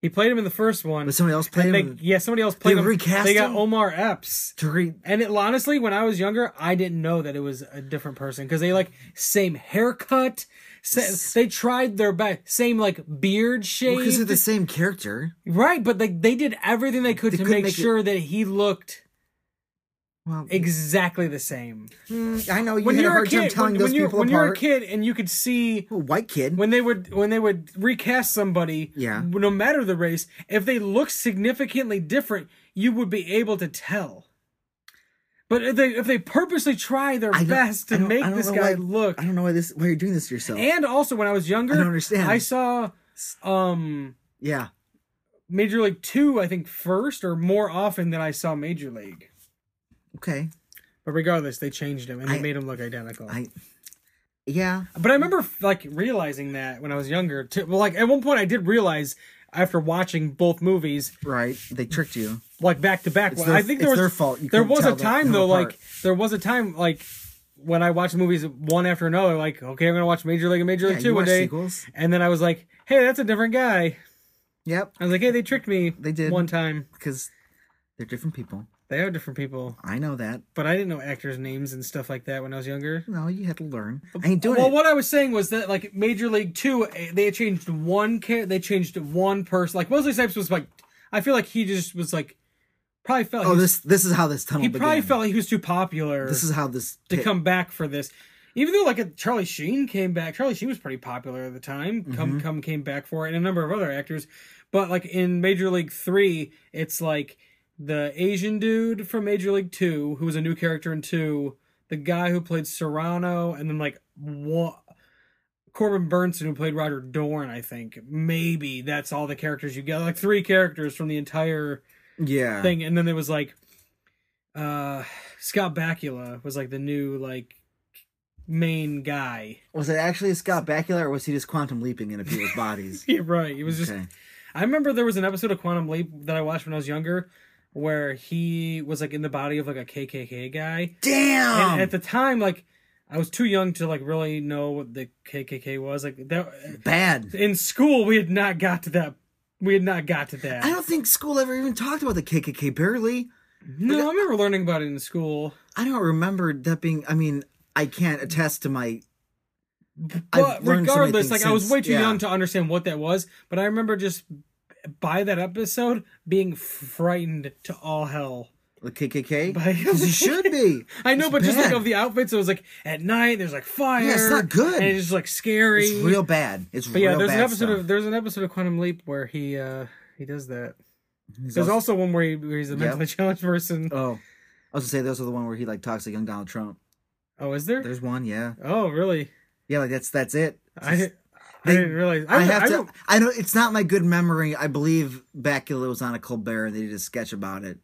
A: He played him in the first one.
B: but somebody else played
A: And
B: them
A: they, yeah, somebody else played
B: They
A: him.
B: recast
A: they got
B: him?
A: Omar Epps.
B: to re-
A: And it honestly, when I was younger, I didn't know that it was a different person because they like same haircut. sa- they tried their best, same like beard shape.
B: because they're the same character.
A: right, but like they did everything they could
B: They
A: to
B: couldn't
A: make,
B: make it-
A: sure that he looked
B: Well,
A: exactly the same.
B: I know you
A: when
B: had a
A: you're a
B: hard time
A: kid,
B: telling
A: when,
B: those
A: when you're
B: people
A: when
B: apart.
A: you're a kid and you could see
B: Well, white kid.
A: when they would when they would recast somebody
B: Yeah.
A: no matter the race if they looked significantly different you would be able to tell but if they if they purposely try their
B: I don't-
A: best
B: I
A: to
B: don't-
A: make
B: I don't
A: this
B: know
A: guy
B: why-
A: look
B: I don't know why this. Why you're doing this to yourself?
A: and also when i was younger
B: I don't understand.
A: I saw um
B: yeah,
A: major league 2 i think first or more often than i saw major league
B: okay.
A: but regardless they changed him and they
B: I-
A: made him look identical
B: I, yeah.
A: But I remember like realizing that when I was younger. Too. Well, like at one point I did realize after watching both movies,
B: Right, they tricked you.
A: like back to back.
B: It's
A: well,
B: their-
A: I think there
B: it's
A: was
B: their fault. You
A: there
B: couldn't
A: was a
B: tell them-
A: time
B: them
A: though,
B: apart.
A: like there was a time like when I watched movies one after another. Like okay, I'm gonna watch Major League and Major
B: Yeah,
A: League
B: you
A: Two one
B: watch
A: day,
B: sequels.
A: and then I was like, hey, that's a different guy.
B: Yep,
A: I was like, hey, they tricked me. They
B: did.
A: one time.
B: because they're different people.
A: They are different people,
B: I know that.
A: but I didn't know actors' names and stuff like that when I was younger.
B: No, you had to learn. I ain't doing
A: well,
B: it.
A: what I was saying was that like Major League Two, eh, they changed one care, they changed one person. Like Wesley Snipes was like, I feel like he just was like, probably felt
B: Oh,
A: he, was-
B: this this is how this tunnel.
A: he probably
B: began.
A: felt like he was too popular
B: This is how this
A: to
B: pit-
A: come back for this. Even though like eh, Charlie Sheen came back, Charlie Sheen was pretty popular at the time. Come come came back for it, and a number of other actors. But like in Major League Three, it's like the Asian dude from Major League Two, who was a new character in Two, the guy who played Serrano, and then like one. Corbin Burnson, who played Roger Dorn, I think maybe that's all the characters you get, like three characters from the entire
B: Yeah.
A: thing and then there was like uh scott bakula was like the new like main guy
B: Was it actually Scott Bakula or was he just quantum leaping into people's bodies?
A: yeah right it was just
B: Okay.
A: i remember there was an episode of quantum leap that i watched when i was younger where he was like in the body of like a kkk guy
B: Damn.
A: and at the time like i was too young to like really know what the kkk was like that
B: Bad.
A: in school we had not got to that we had not got to that
B: I don't think school ever even talked about the KKK. Barely.
A: no i remember learning about it in school
B: I don't remember that being. I mean, I can't attest to my. I've
A: but
B: learned so many
A: regardless, like
B: things
A: I was
B: since-
A: way too
B: yeah.
A: young to understand what that was, but I remember just by that episode being frightened to all hell.
B: The KKK.
A: By-
B: Because you should be.
A: I know,
B: It's
A: but just like
B: bad.
A: of the outfits, it was like at night there's like fire.
B: Yeah, it's not good.
A: And it's just like scary.
B: It's real bad. It's
A: but yeah,
B: real
A: there's
B: bad
A: an episode
B: stuff.
A: of there's an episode of Quantum Leap where he uh he does that.
B: He's
A: There's
B: also-
A: also one where, he, where he's a mentally challenged person.
B: Oh, I was gonna say those are the one where he like talks like young Donald Trump.
A: Oh, is there?
B: There's one, yeah,
A: Oh, really?
B: yeah, like that's that's it.
A: I, I
B: They-
A: didn't realize.
B: I,
A: I,
B: have
A: I
B: to.
A: don't-
B: I know it's not my good memory. I believe Bakula was on a Colbert and they did a sketch about it.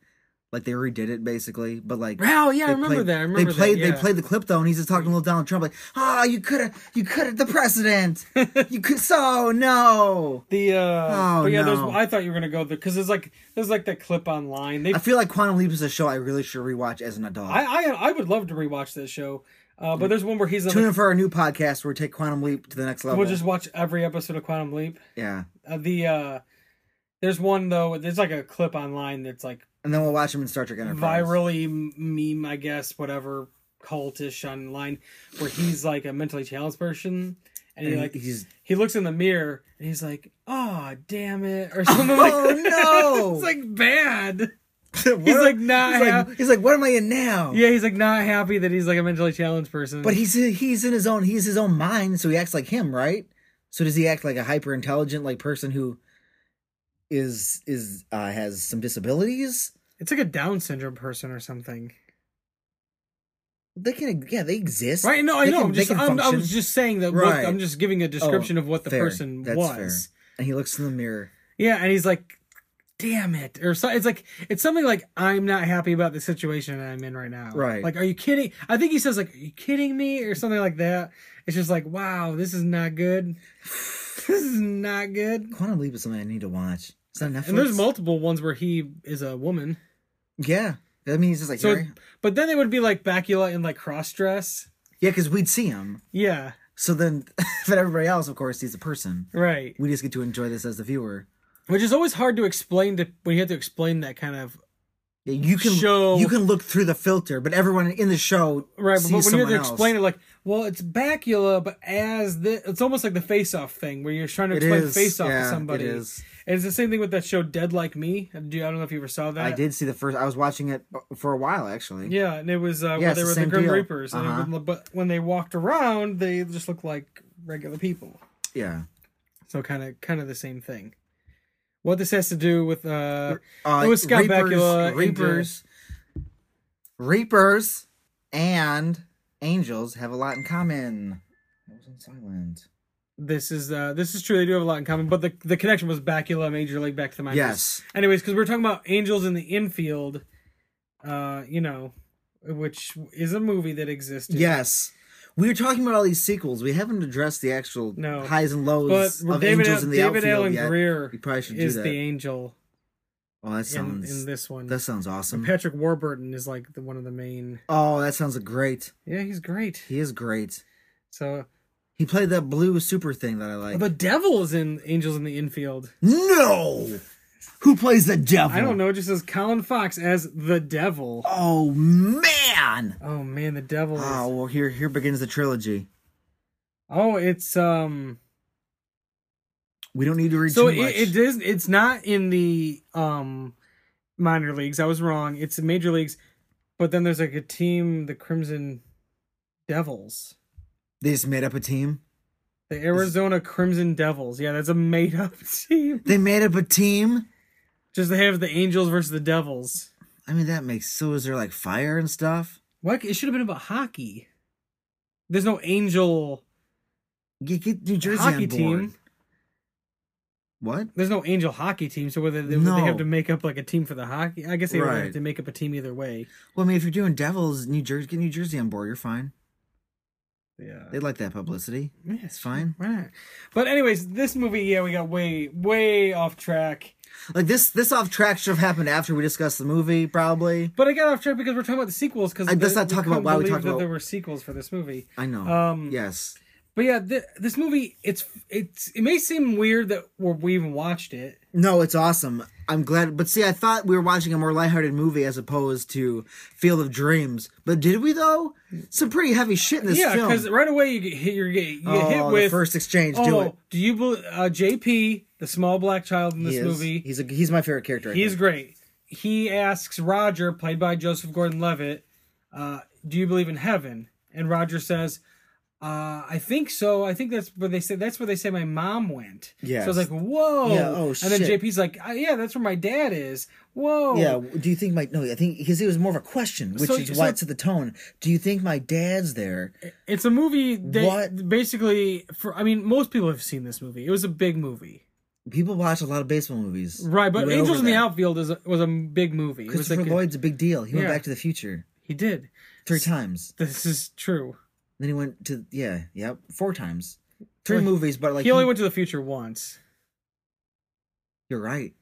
B: Like they redid it basically, but like
A: Wow, yeah, I
B: they
A: remember
B: played-
A: that. I remember
B: they played.
A: that. Yeah.
B: They played the clip though, and he's just talking to little Donald Trump like, "Ah, you could have, you could have the president. you could so no."
A: the. Uh,
B: Oh,
A: but yeah,
B: no.
A: there's. I thought you were gonna go there because there's like there's like that clip online. They.
B: I feel like Quantum Leap is a show I really should rewatch as an adult.
A: I, I I would love to rewatch that show, uh, but there's one where he's on.
B: Mm. Tune in
A: The,
B: for our new podcast where we take Quantum Leap to the next level.
A: we'll just watch every episode of Quantum Leap.
B: yeah,
A: Uh, the uh, there's one though. There's like a clip online that's like
B: and then we'll watch him in Star Trek Enterprise.
A: virally m- meme, I guess, whatever cultish online, where he's like a mentally challenged person, and he
B: And
A: like
B: he's-
A: he looks in the mirror and he's like, "Oh, damn it," or something like
B: Oh,
A: that.
B: no.
A: it's like bad.
B: What?
A: He's like, nah,
B: He's
A: yeah.
B: like, he's like, what am I in now?
A: Yeah, he's like not happy that he's like a mentally challenged person.
B: But he's he's in his own he's his own mind, so he acts like him, right? So does he act like a hyper intelligent like person who is is uh, has some disabilities?
A: it's like a Down syndrome person or something,
B: They can yeah they exist,
A: right? No, I
B: They
A: know.
B: can-
A: I'm
B: they
A: just,
B: can
A: I'm, I
B: function.
A: was just saying that. What,
B: Right.
A: I'm just giving a description
B: Oh,
A: of what the
B: fair.
A: person
B: That's
A: was.
B: fair. and he looks in the mirror.
A: Yeah, and he's like, "Damn it!" Or so, it's like it's something like, "I'm not happy about the situation I'm in right now."
B: Right.
A: Like, are you kidding? I think he says like, "Are you kidding me?" or something like that. It's just like, wow, this is not good. this is not good.
B: Quantum Leap is something I need to watch. It's on Netflix.
A: And there's multiple ones where he is a woman.
B: Yeah, I mean he's just like
A: So,
B: Harry.
A: but then it would be like Bakula in like cross dress.
B: yeah, because we'd see him.
A: Yeah.
B: So then, but everybody else, of course, sees a person.
A: Right.
B: We just get to enjoy this as the viewer.
A: Which is always hard to explain to when you have to explain that kind of
B: Yeah, You can
A: Show-
B: you can look through the filter, but everyone in the show
A: Right, but
B: sees
A: when you have
B: someone
A: to
B: else.
A: explain it, like, well, it's Bacula, but as the, it's almost like the Face Off thing, where you're trying to
B: It
A: explain
B: is,
A: Face Off
B: yeah,
A: to
B: it
A: somebody.
B: is.
A: And it's the same thing with that show Dead Like Me. Do I don't know if you ever saw that.
B: I did see the first. I was watching it for a while actually.
A: Yeah, and it was uh,
B: Yeah,
A: where
B: it's
A: they
B: the
A: were the
B: same
A: Grim
B: deal.
A: Reapers, and it
B: Uh-huh.
A: would- but when they walked around, they just looked like regular people.
B: Yeah.
A: So kind of, kind of the same thing. What this has to do with uh,
B: Uh,
A: it was Scott
B: Reapers,
A: Bakula, into-
B: Reapers, Reapers, and angels have a lot in common. I was on silent.
A: this is uh, this is true. They do have a lot in common, but the the connection was Bacula, Major League, Back to the Miners.
B: Yes.
A: anyways because we are talking about angels in the infield uh you know which is a movie that existed
B: Yes. We were talking about all these sequels. We haven't addressed the actual
A: No.
B: highs and
A: but
B: lows of
A: david,
B: angels in the
A: david
B: outfield
A: allen
B: yet.
A: greer
B: We probably should do
A: is
B: that.
A: the angel
B: oh, that
A: in,
B: sounds
A: in this one
B: that sounds awesome.
A: patrick warburton is like the one of the main
B: oh, that sounds great.
A: yeah he's great
B: He is great.
A: so
B: He played that blue super thing that I like.
A: the devil is in angels in the infield
B: no, who plays the devil?
A: i don't know it just says colin fox as the devil
B: Oh man!
A: oh man the devil is...
B: Oh well, here here begins the trilogy.
A: oh it's um
B: We don't need to read
A: so
B: too
A: it,
B: much.
A: it is it's not in the um minor leagues i was wrong it's the major leagues but then there's like a team the crimson devils
B: they just made up a team.
A: the arizona crimson devils yeah that's a made-up team
B: They made up a team.
A: just they have the angels versus the devils
B: I mean, that makes so. Is there like fire and stuff?
A: what it should have been about hockey there's no angel
B: Get, get New Jersey
A: hockey
B: on board.
A: team
B: What?
A: there's no angel hockey team so whether they, would
B: No.
A: they have to make up like a team for the hockey i guess they would have
B: Right.
A: to make up a team either way
B: Well, I mean, if you're doing Devils, New Jersey, get New Jersey on board. You're fine.
A: yeah
B: They like that publicity. It's fine.
A: Why not? But anyways, this movie, yeah, we got way, way off track.
B: Like this, this off track should have happened after we discussed the movie, probably.
A: But I got off track because we're talking about the sequels. Because
B: I- let's not talk about why we talked
A: that
B: about-
A: there were sequels for this movie.
B: I know.
A: Um,
B: yes.
A: But yeah, th- this movie, it's it's it may seem weird that we're, we even watched it.
B: No, it's awesome. I'm glad. But see, I thought we were watching a more lighthearted movie as opposed to Field of Dreams. But did we though? Some pretty heavy shit in this
A: yeah,
B: film.
A: because right away you get hit, you're get, you get
B: oh,
A: hit with
B: the first exchange.
A: oh,
B: do it.
A: do you believe uh, JP, the small black child in this
B: He is-
A: movie?
B: He's a, he's my favorite character. I
A: He's
B: think.
A: great. He asks Roger, played by Joseph Gordon Levitt, uh, Do you believe in heaven? And Roger says, Uh, I think so. I think that's where they say that's where they say my mom went.
B: Yes.
A: So I was like, whoa.
B: Yeah, oh,
A: And then
B: shit.
A: JP's like, "Uh, yeah, that's where my dad is. Whoa.
B: Yeah. Do you think my no? I think because it was more of a question, which
A: So-
B: is
A: so-
B: why it's at the tone. Do you think my dad's there?
A: It's a movie that
B: What?
A: basically for I mean, most people have seen this movie. It was a big movie.
B: People watch a lot of baseball movies,
A: Right,
B: We
A: but
B: went
A: Angels
B: over
A: in the
B: that.
A: Outfield is a, was a big movie. It was
B: Christopher
A: like a-
B: Lloyd's a big deal. He went
A: Yeah.
B: Back to the Future
A: he did.
B: three times.
A: This is true.
B: Then he went to yeah, yep, four times, three
A: Well,
B: movies. But like
A: he only went to the future once.
B: You're right.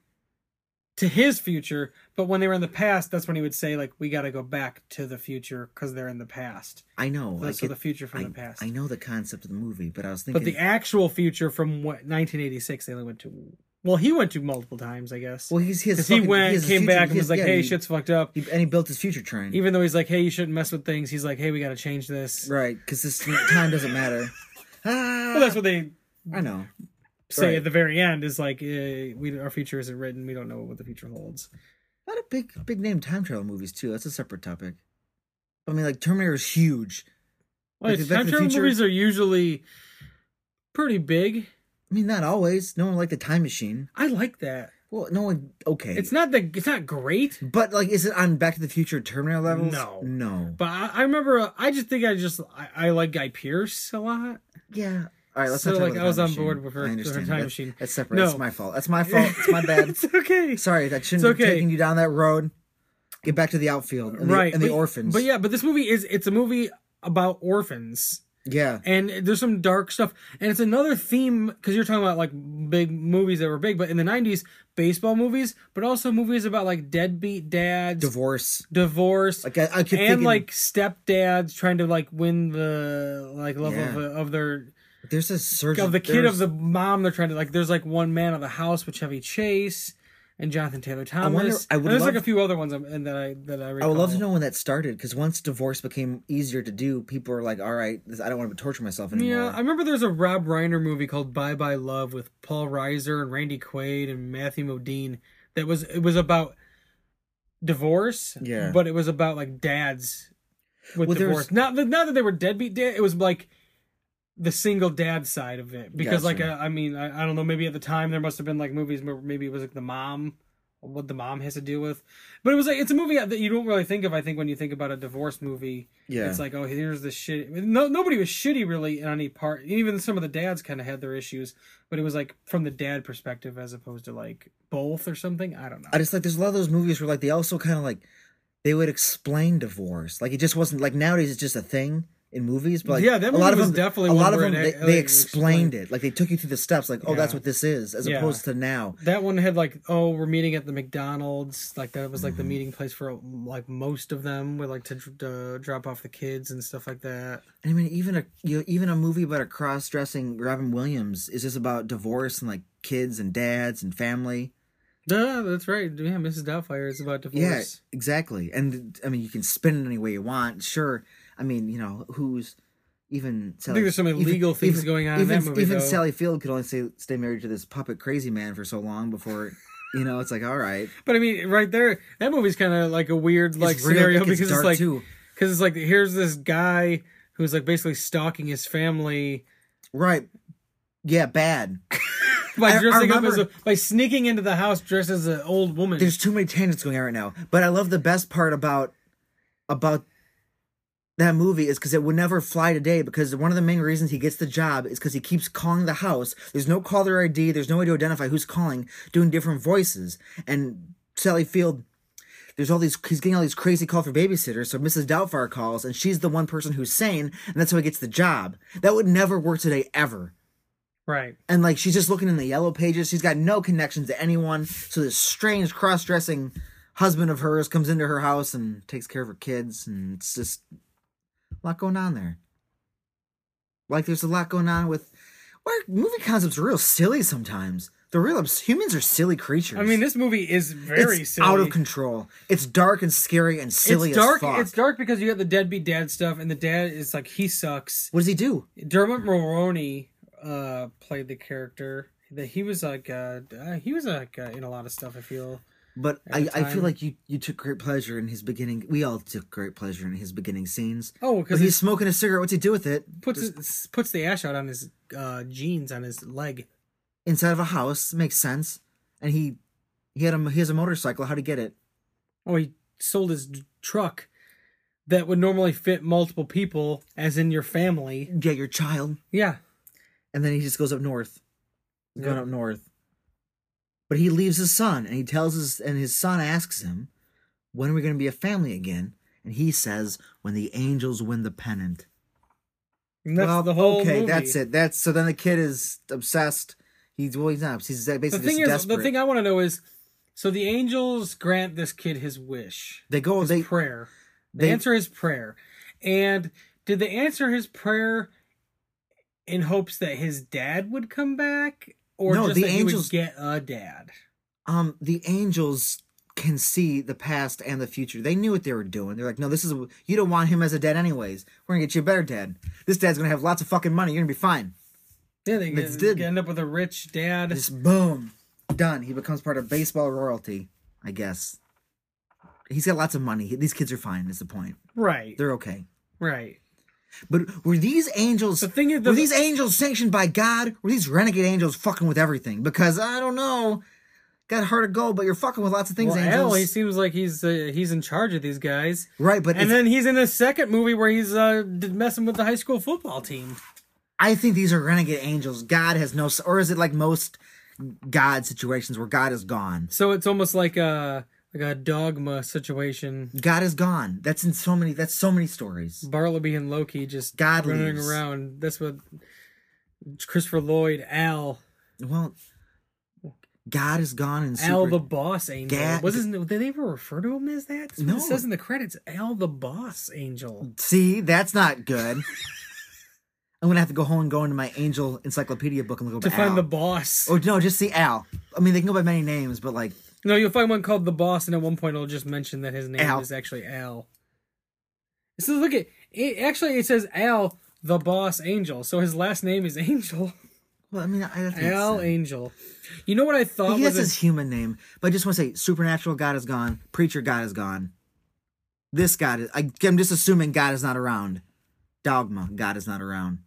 A: To his future, but when they were in the past, that's when he would say like we got to go back to the future cuz they're in the past.
B: I know.
A: So-
B: I
A: so
B: get-
A: the future from
B: I-
A: the past.
B: I know the concept of the movie, but I was
A: But
B: thinking.
A: the actual future from what 1986, they only went to. Well, he went to multiple times, I guess.
B: well, he's his.
A: because he
B: fucking-
A: went,
B: has a
A: came
B: future-
A: back,
B: he
A: and
B: has-
A: was like,
B: yeah,
A: "Hey,
B: he-
A: shit's fucked up."
B: he- and he built his future train.
A: Even though he's like, "Hey, you shouldn't mess with things," he's like, "Hey, we got to change this."
B: Right, because this time doesn't matter. Ah,
A: Well, that's what they
B: I know.
A: say
B: Right.
A: at the very end is like, eh, "We our future isn't written. We don't know what the future holds."
B: A lot of big, big name time travel movies too. That's a separate topic. I mean, like Terminator is huge.
A: Well,
B: Like,
A: it's-
B: Back to
A: time
B: the
A: travel
B: Future-
A: movies are usually pretty big.
B: I mean, not always. No one liked the Time Machine.
A: I like that.
B: Well, no one. Okay,
A: It's not the it's not great,
B: But like, is it on Back to the Future Terminator levels?
A: No.
B: no.
A: but I, I remember. uh, I just think I just I, I like Guy Pierce a lot.
B: yeah. All right, let's
A: So,
B: not talk
A: like,
B: about the
A: I was
B: time
A: on
B: machine.
A: board with her-
B: I
A: her time
B: understand. That's-
A: machine.
B: That's separate.
A: No.
B: That's my fault. That's my fault. It's my bad.
A: it's okay.
B: Sorry, that shouldn't
A: It's
B: be
A: okay.
B: taking you down that road. Get back to the outfield and the,
A: right
B: and the
A: but-
B: orphans.
A: but yeah but this movie is it's a movie about orphans
B: yeah,
A: and there's some dark stuff and it's another theme because you're talking about like big movies that were big but in the 90s baseball movies but also movies about like deadbeat dads
B: divorce.
A: divorce
B: Like I, I kept
A: and
B: thinking,
A: like stepdads trying to like win the like love of,
B: Yeah.
A: of their
B: there's a surge
A: of the kid
B: there's-
A: of the mom they're trying to like there's like one man of the house with Chevy Chase and Jonathan Taylor Thomas
B: wonder- I would
A: and there's like
B: love-
A: a few other ones I'm- and that I that I,
B: I would love to
A: recall.
B: know when that started because once divorce became easier to do, people are like, "All right, this, I don't want to torture myself anymore."
A: Yeah, I remember there's a Rob Reiner movie called Bye Bye Love with Paul Reiser and Randy Quaid and Matthew Modine that was it was about divorce.
B: Yeah.
A: But it was about like dads with
B: Well, there's-
A: divorce. Not that not that they were deadbeat dad, it was like the single dad side of it. Because like
B: Gotcha.
A: uh, I mean, I, I don't know, maybe at the time there must have been like movies where maybe it was like the mom what the mom has to deal with. But it was like it's a movie that you don't really think of, I think, when you think about a divorce movie.
B: Yeah.
A: It's like, oh, here's the shit. No, nobody was shitty really in any part. Even some of the dads kind of had their issues, but it was like from the dad perspective as opposed to like both or something. I don't know.
B: I just like there's a lot of those movies where like they also kind of like they would explain divorce, like it just wasn't like nowadays it's just a thing in movies, but like,
A: Yeah, that
B: a lot
A: movie
B: of
A: was
B: them,
A: definitely
B: a
A: one
B: lot of
A: where
B: them they,
A: it-
B: they
A: like, it
B: explained
A: explained-
B: it, like they took you through the steps, like oh that's
A: Yeah.
B: what this is, as
A: Yeah.
B: opposed to now.
A: that one had like, oh, we're meeting at the McDonald's. Like that was like
B: Mm-hmm.
A: the meeting place for like most of them, were like to, dr- to drop off the kids and stuff like that.
B: And I mean, even a you know, even a movie about a cross-dressing Robin Williams is just about divorce and like kids and dads and family.
A: Yeah, that's right. Yeah, Mrs. Doubtfire is about divorce.
B: Yeah, exactly. And I mean, you can spin it any way you want. Sure. I mean, you know, who's even Sally,
A: there's so many legal things going on in
B: Even,
A: that movie,
B: even
A: though.
B: Sally Field could only stay, stay married to this puppet crazy man for so long before, you know, it's like all right,
A: But I mean, right there, that movie's kind of like a weird like
B: real, it
A: scenario
B: gets
A: because it's
B: dark,
A: like
B: too.
A: because it's like here's this guy who's like basically stalking his family
B: right, yeah, bad.
A: by
B: I- I
A: dressing up as a
B: remember-
A: by sneaking into the house dressed as an old woman.
B: There's too many tangents going on right now. But I love the best part about about that movie is because it would never fly today because one of the main reasons he gets the job is because he keeps calling the house. There's no caller ID, there's no way to identify who's calling, doing different voices. And Sally Field there's all these he's getting all these crazy calls for babysitters, so Mrs. Doubtfire calls and she's the one person who's sane, and that's how he gets the job. That would never work today ever
A: right.
B: and like she's just looking in the yellow pages. She's got no connections to anyone. So this strange cross-dressing husband of hers comes into her house and takes care of her kids, and it's just a lot going on there. Like there's a lot going on with where movie concepts are real silly sometimes. They're real obs- humans are silly creatures.
A: I mean, this movie is very
B: it's
A: silly.
B: out of control. It's dark and scary and silly
A: it's dark.
B: as fuck.
A: It's dark because you got the deadbeat dad stuff, and the dad is like he sucks.
B: What does he do?
A: Dermot Mulroney uh, played the character. That he was like uh, uh, he was like uh, in a lot of stuff. I feel
B: But
A: At
B: I,
A: the
B: I feel
A: time.
B: like you, you took great pleasure in his beginning. We all took great pleasure in his beginning scenes.
A: Oh,
B: But
A: because he
B: he's smoking a cigarette. What's he do with it?
A: puts his- puts the ash out on his uh, jeans on his leg.
B: Inside of a house makes sense. And he he had a he has a motorcycle. How'd he get it?
A: Oh, he sold his d- truck that would normally fit multiple people, as in your family.
B: Yeah, your child.
A: Yeah,
B: And then he just goes up north. He's going
A: Yep.
B: up north. But he leaves his son and he tells his and his son asks him, When are we gonna be a family again? And he says, When the angels win the pennant.
A: and that's the whole.
B: okay,
A: movie.
B: that's it. That's so then the kid is obsessed. He's well, he's not. obsessed. He's
A: The
B: basically
A: thing is,
B: just desperate.
A: the thing I want to know is, so the angels grant this kid his wish,
B: they go.
A: his
B: They
A: prayer. They,
B: they-
A: answer his prayer, and did they answer his prayer in hopes that his dad would come back, or
B: No,
A: just
B: the
A: that
B: angels-
A: he would get a dad?
B: um the angels can see the past and the future. They knew what they were doing. They're like, no, this is you don't want him as a dad anyways. We're gonna get you a better dad. This dad's gonna have lots of fucking money. You're gonna be fine.
A: Yeah, they
B: It's
A: get,
B: did.
A: end up with a rich dad.
B: Just boom, done. He becomes part of baseball royalty, I guess. He's got lots of money. These kids are fine. Is the point?
A: right,
B: They're okay.
A: right.
B: But were these angels?
A: The thing is, the-
B: were these angels sanctioned by God? Were these renegade angels fucking with everything? Because I don't know. Got hard to go, but you're fucking with lots of things,
A: Well, Al,
B: angels.
A: he seems like he's uh, he's in charge of these guys,
B: right, but
A: and
B: it's-
A: then he's in the second movie where he's uh, d- messing with the high school football team.
B: I think these are renegade angels. God has no, s- or is it like most God situations where God is gone?
A: So it's almost like a like a dogma situation.
B: God is gone. That's in so many. That's so many stories.
A: Bartleby and Loki just
B: God
A: running
B: leaves.
A: around. That's what Christopher Lloyd, Al,
B: Well, God is gone and
A: Al the Boss Angel.
B: Ga-
A: was his, did they ever refer to him as that? That's what
B: No.
A: It says in the credits, Al the Boss Angel.
B: See, that's not good. I'm gonna have to go home and go into my angel encyclopedia book and look up
A: To
B: Al.
A: find the boss.
B: Or no, just see Al. I mean, they can go by many names, but like
A: No, you'll find one called the boss, and at one point it'll just mention that his name
B: Al.
A: is actually Al. So look at it. Actually, it says Al the boss angel. So his last name is Angel.
B: Well, I mean, I that's
A: Al Angel. You know what I thought
B: He
A: was
B: has
A: a-
B: his human name, but I just want to say, supernatural God is gone. Preacher God is gone. This God, is, I, I'm just assuming God is not around. Dogma, God is not around.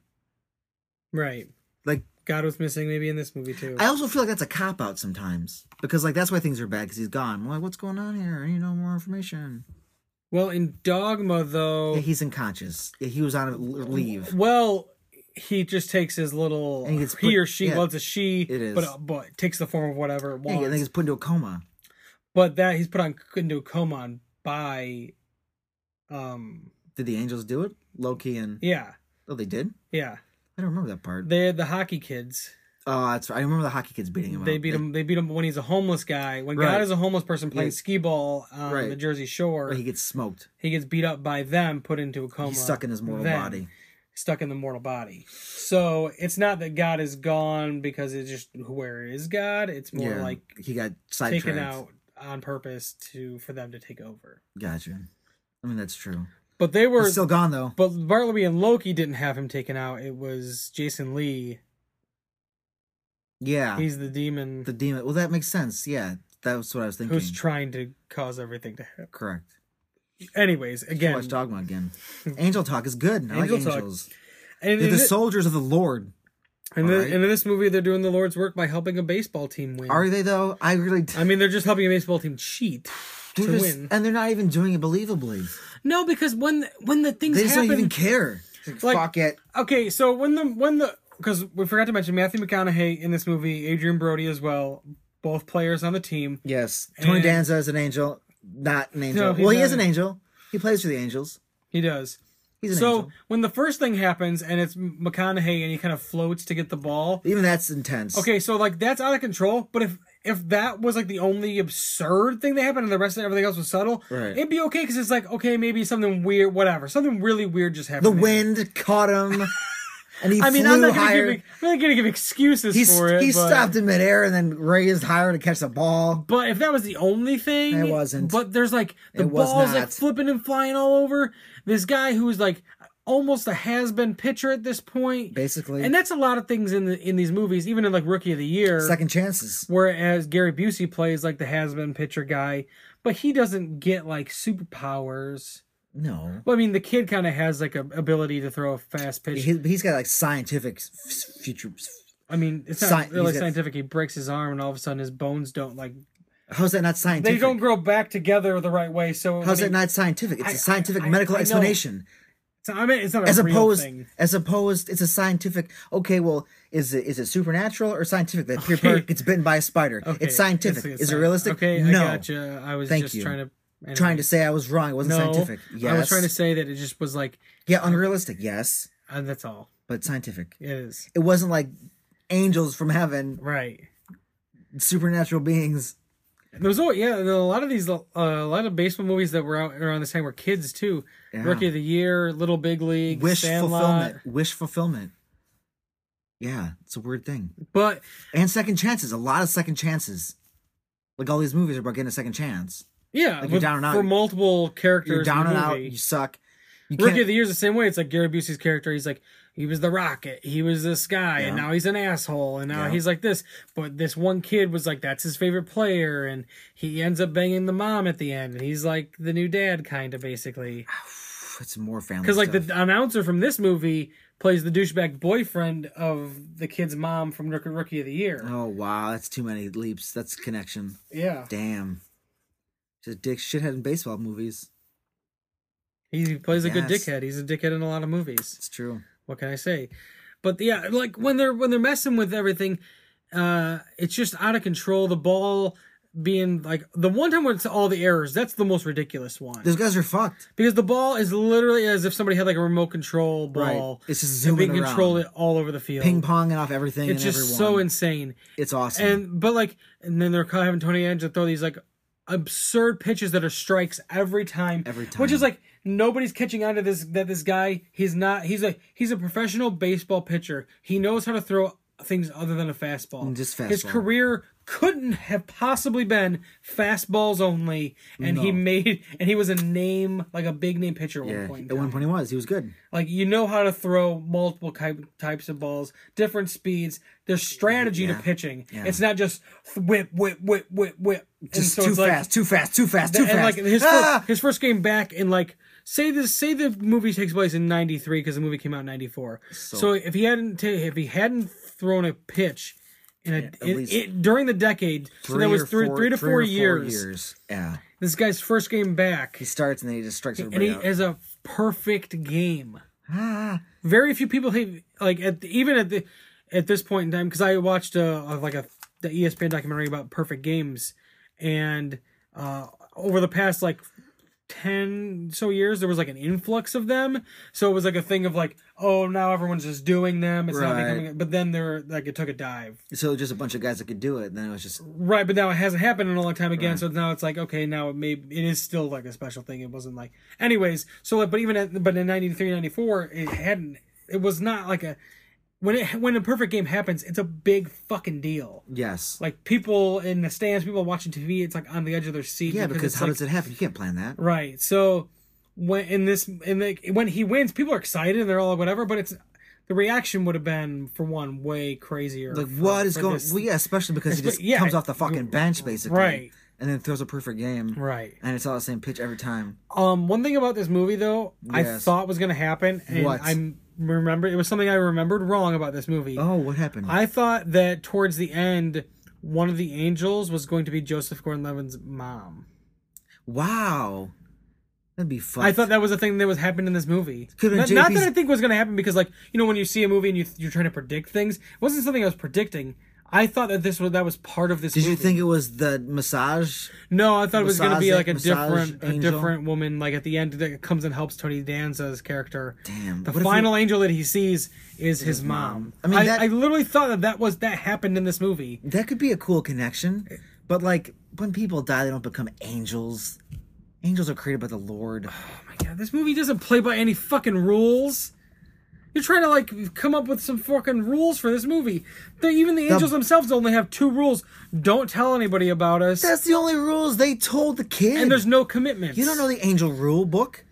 A: right.
B: Like
A: God was missing maybe in this movie too.
B: I also feel like that's a cop out sometimes because like that's why things are bad because he's gone. Well, like, what's going on here? I need no more information.
A: well, in Dogma though,
B: Yeah, he's unconscious. Yeah, he was on a l- leave.
A: well, he just takes his little
B: And he gets
A: he
B: put-
A: or she.
B: yeah.
A: well, it's a she.
B: It is.
A: but uh, but it takes the form of whatever it
B: Yeah,
A: wants.
B: I think he's put into a coma.
A: but that he's put on into a coma on by, um,
B: Did the angels do it? Loki and
A: yeah.
B: oh, they did.
A: Yeah,
B: I don't remember that part.
A: they the hockey kids.
B: Oh, that's right. I remember the hockey kids beating him.
A: They
B: up.
A: beat him. They beat him when he's a homeless guy. When
B: Right.
A: God is a homeless person playing
B: Yeah.
A: skee ball on
B: Right.
A: the Jersey Shore,
B: Or he
A: he,
B: gets smoked.
A: gets beat up by them, put into a coma.
B: He's stuck in his mortal
A: Oh then
B: body.
A: Stuck in the mortal body. So it's not that God is gone because it's just where is God. It's more
B: yeah,
A: like
B: he got
A: taken
B: sidetracked.
A: out on purpose to for them to take over.
B: Gotcha. I mean, that's true.
A: But they were.
B: He's still gone though.
A: but Bartleby and Loki didn't have him taken out. It was Jason Lee.
B: Yeah,
A: He's the demon
B: Ah. the demon. Well, that makes sense. Yeah, that's what I was thinking.
A: who's trying to cause everything to happen.
B: Correct.
A: Anyways, again,
B: Watch Dogma again. Angel Talk is good. I
A: Angel
B: like
A: Talk.
B: angels.
A: and,
B: They're
A: in
B: the
A: thi-
B: soldiers of the Lord.
A: and, the-
B: Alright.
A: and in this movie, they're doing the Lord's work by helping a baseball team win.
B: Are they though? I really
A: I mean, they're just helping a baseball team cheat
B: they're
A: to
B: just-
A: win.
B: and they're not even doing it believably.
A: No, because when when the things
B: They just
A: happen,
B: don't even care. It's Like,
A: Like-
B: fuck it.
A: okay, so when the when the because we forgot to mention Matthew McConaughey in this movie, Adrian Brody as well, both players on the team.
B: Yes, Tony
A: And-
B: Danza is an angel, not an angel.
A: No, he's
B: well, he
A: not
B: is an
A: an-
B: angel. He plays for the angels.
A: He does.
B: He's an
A: So
B: angel.
A: when the first thing happens and it's McConaughey and he kind of floats to get the ball,
B: Even that's intense.
A: Okay, so like that's out of control. But if if that was like the only absurd thing that happened, and the rest of everything else was subtle,
B: Right.
A: it'd be okay because it's like okay, maybe something weird, whatever, something really weird just happened.
B: The
A: there.
B: wind caught him, and he
A: I mean,
B: flew
A: I'm not gonna
B: higher.
A: give I'm not gonna give excuses
B: he
A: for it.
B: he
A: but,
B: stopped in midair and then raised higher to catch the ball.
A: But if that was the only thing,
B: It wasn't.
A: But there's like the
B: It was
A: balls like
B: not.
A: flipping and flying all over. This guy who's like almost a has-been pitcher at this point.
B: Basically.
A: And that's a lot of things in the in these movies, even in like Rookie of the Year.
B: Second chances.
A: Whereas Gary Busey plays like the has-been pitcher guy, but he doesn't get like superpowers.
B: No.
A: Well, I mean, the kid kind of has like a ability to throw a fast pitch.
B: He, he's got like scientific s- s- future. s-
A: I mean, it's not
B: Sci-
A: really
B: he's got-
A: scientific. He breaks his arm, and all of a sudden, his bones don't like
B: How's that not
A: they
B: scientific?
A: don't grow back together the right way. So
B: How's
A: when
B: that
A: he-
B: not scientific? It's
A: I-
B: a scientific
A: I- I-
B: medical
A: I know.
B: explanation.
A: So, I mean, it's not a
B: as
A: real
B: opposed
A: thing.
B: as opposed it's a scientific okay well is it is it supernatural or scientific that Peter
A: Okay.
B: Parker gets bitten by a spider
A: Okay,
B: it's scientific
A: it's- it's
B: is it
A: sci-
B: realistic
A: Okay,
B: no
A: I gotcha. I was
B: Thank
A: just
B: you.
A: trying to anyway.
B: trying to say I was wrong it wasn't
A: no.
B: scientific yes
A: I was trying to say that it just was like
B: yeah unrealistic yes
A: uh, that's all.
B: but scientific
A: It is
B: it wasn't like angels from heaven
A: right.
B: supernatural beings
A: There was al- yeah, there were a lot of these uh, a lot of baseball movies that were out around this time were kids too.
B: Yeah.
A: Rookie of the Year, Little Big League,
B: wish
A: Sandlot.
B: fulfillment wish fulfillment yeah it's a weird thing
A: But
B: and second chances a lot of second chances like all these movies are about getting a second chance
A: yeah,
B: you're
A: with-
B: down and out.
A: for multiple characters.
B: you're down
A: in
B: and
A: the
B: out
A: movie.
B: you suck you
A: Rookie
B: can't-
A: of the Year is the same way. It's like Gary Busey's character. He's like, he was the rocket, he was this guy, and
B: Yeah.
A: now he's an asshole, and now
B: Yeah.
A: he's like this. But this one kid was like, that's his favorite player, and he ends up banging the mom at the end, and he's like the new dad, kind of basically.
B: Put some more family.
A: Because like
B: Ah, stuff.
A: the announcer from this movie plays the douchebag boyfriend of the kid's mom from Rookie Rookie of the Year.
B: oh wow, that's too many leaps. That's connection.
A: Yeah,
B: Damn, just dick shithead in baseball movies.
A: he, he plays a good
B: Yes.
A: dickhead. He's a dickhead in a lot of movies.
B: It's true.
A: what can I say? But yeah, like when they're when they're messing with everything, uh, it's just out of control. The ball being like the one time where it's all the errors, that's the most ridiculous one.
B: Those guys are fucked.
A: because the ball is literally as if somebody had like a remote control ball.
B: Right. It's just
A: and
B: zooming
A: being controlled
B: around.
A: it all over the field.
B: Ping ponging off everything.
A: Oh. It's
B: and
A: just
B: everyone.
A: so insane.
B: It's awesome.
A: And but like and then they're kind of having Tony Angelo throw these like absurd pitches that are strikes every time.
B: Every
A: Which is
B: time.
A: like nobody's catching on to this that this guy he's not he's a he's a professional baseball pitcher. He knows how to throw things other than a fastball.
B: just
A: His
B: fastball.
A: career couldn't have possibly been fastballs only and he made and he was a name like a big name pitcher at
B: yeah,
A: one point. in
B: at one
A: time.
B: point he was. He was good.
A: Like you know how to throw multiple ki- types of balls, different speeds. There's strategy to
B: Yeah.
A: pitching.
B: Yeah.
A: It's not just whip, whip, whip, whip, whip. And
B: Just
A: so
B: too
A: it's like-
B: fast, too fast, too fast, too
A: and
B: fast.
A: like his
B: Ah!
A: first, his first game back in like say this say the movie takes place in 93 because the movie came out in 94 so, if he hadn't ta- if he hadn't thrown a pitch in a,
B: at
A: it-
B: least
A: it- during the decade so that
B: Three
A: was
B: or
A: three,
B: four-
A: three to
B: three
A: four,
B: or
A: years,
B: Yeah,
A: this guy's first game back
B: he starts and then he just strikes
A: and
B: everybody
A: he
B: out.
A: has a perfect game
B: ah,
A: very few people have like at the, even at the at this point in time because I watched uh uh, like a the ESPN documentary about perfect games and uh over the past like 10 so years there was like an influx of them so it was like a thing of like oh now everyone's just doing them it's not
B: Right.
A: becoming but then there like it took a dive
B: so just a bunch of guys that could do it. And then it was just
A: right but now it hasn't happened in a long time again
B: Right.
A: so now it's like okay now it may it is still like a special thing it wasn't like anyways so like, but even at, but in 93 94 it hadn't it was not like a when it when a perfect game happens it's a big fucking deal
B: yes,
A: like people in the stands people watching tv it's like on the edge of their seat
B: yeah. Because,
A: it's
B: how
A: like-
B: does it happen? You can't plan that.
A: right so when in this in the when he wins people are excited and they're all like whatever but it's the reaction would have been for one way crazier
B: Like
A: for-
B: what is
A: for
B: going?
A: this-
B: Well, yeah, especially because he
A: Espe-
B: just
A: yeah,
B: comes off the fucking bench basically,
A: right.
B: And then throws a perfect game,
A: right
B: And it's all the same pitch every time.
A: Um, one thing about this movie though, I
B: Yes.
A: thought was gonna happen, and
B: What?
A: I remember it was something I remembered wrong about this movie.
B: Oh, what happened?
A: I thought that towards the end, one of the angels was going to be Joseph Gordon-Levitt's mom.
B: wow, that'd be fun.
A: I thought that was a thing that was happening in this movie.
B: Could've been
A: Not, not that
B: JP's
A: I think was going to happen because, like, you know, when you see a movie and you, you're trying to predict things, it wasn't something I was predicting. I thought that this was that was part of this.
B: Did you
A: movie.
B: think it was the massage?
A: No, I thought it was going to be
B: Massage-
A: like a
B: massage
A: different, a
B: angel?
A: different woman. Like at the end, that comes and helps Tony Danza's character.
B: Damn,
A: the
B: what if
A: final angel that he sees is his mom. I mean, I,
B: that-
A: literally thought that that was that happened in this movie.
B: That could be a cool connection.
A: Eh.
B: But like when people die, they don't become angels. Angels are created by the Lord.
A: Oh my god, this movie doesn't play by any fucking rules. You're trying to like come up with some fucking rules for this movie. The, even the angels themselves only have two rules: don't tell anybody about us,
B: That's the only rules they told the kid.
A: and there's no commitment.
B: you don't know the angel rule book.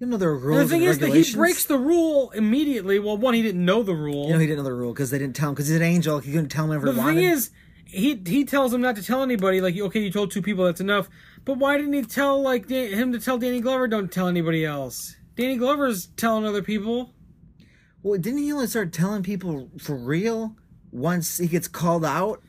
B: You know there are rules.
A: The thing
B: and
A: is that he
B: regulations.
A: breaks the rule immediately. Well, one, he didn't know the rule.
B: You know he didn't know the rule because they didn't tell him because he's an angel. He couldn't tell him whatever
A: the
B: he
A: thing
B: wanted.
A: is, he he tells him not to tell anybody. Like, okay, you told two people, that's enough. But why didn't he tell like da- him to tell Danny Glover? Don't tell anybody else. Danny Glover's telling other people.
B: well, didn't he only start telling people for real once he gets called out?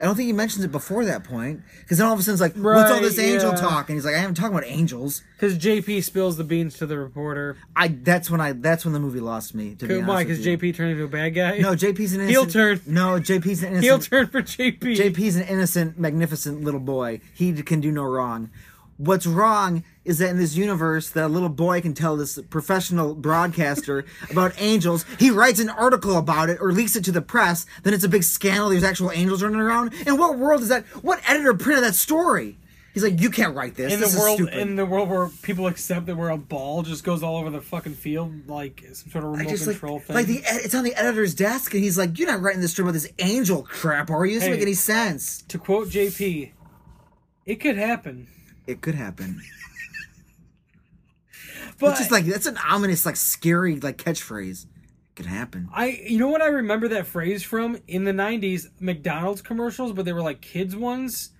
B: I don't think he mentions it before that point because then all of a sudden it's like, what's all
A: Right,
B: this angel
A: yeah.
B: talk? And he's like, I haven't talking about angels.
A: Because JP spills the beans to the reporter.
B: I that's when I that's when the movie lost me. To be honest
A: Why?
B: with
A: Because
B: you.
A: JP turned into a bad guy.
B: No, JP's an innocent.
A: Heel turn.
B: No, JP's an innocent.
A: he'll turn for JP.
B: JP's an innocent, magnificent little boy. He d- can do no wrong. What's wrong is that in this universe, that a little boy can tell this professional broadcaster about angels. He writes an article about it or leaks it to the press. Then it's a big scandal. There's actual angels running around. In what world is that? What editor printed that story? He's like, you can't write this.
A: in
B: this
A: the
B: is
A: world,
B: stupid.
A: in the world where people accept that we're a ball just goes all over the fucking field like some sort of
B: I
A: remote
B: just like,
A: control thing.
B: like the ed- it's on the editor's desk, and he's like, "You're not writing this story about this angel crap, are you? It doesn't
A: Hey.
B: make any sense."
A: to quote JP, it could happen.
B: It could happen.
A: But
B: It's just like that's an ominous, like scary, like catchphrase. Could happen.
A: I, you know what I remember that phrase from in the '90s McDonald's commercials, but they were like kids ones,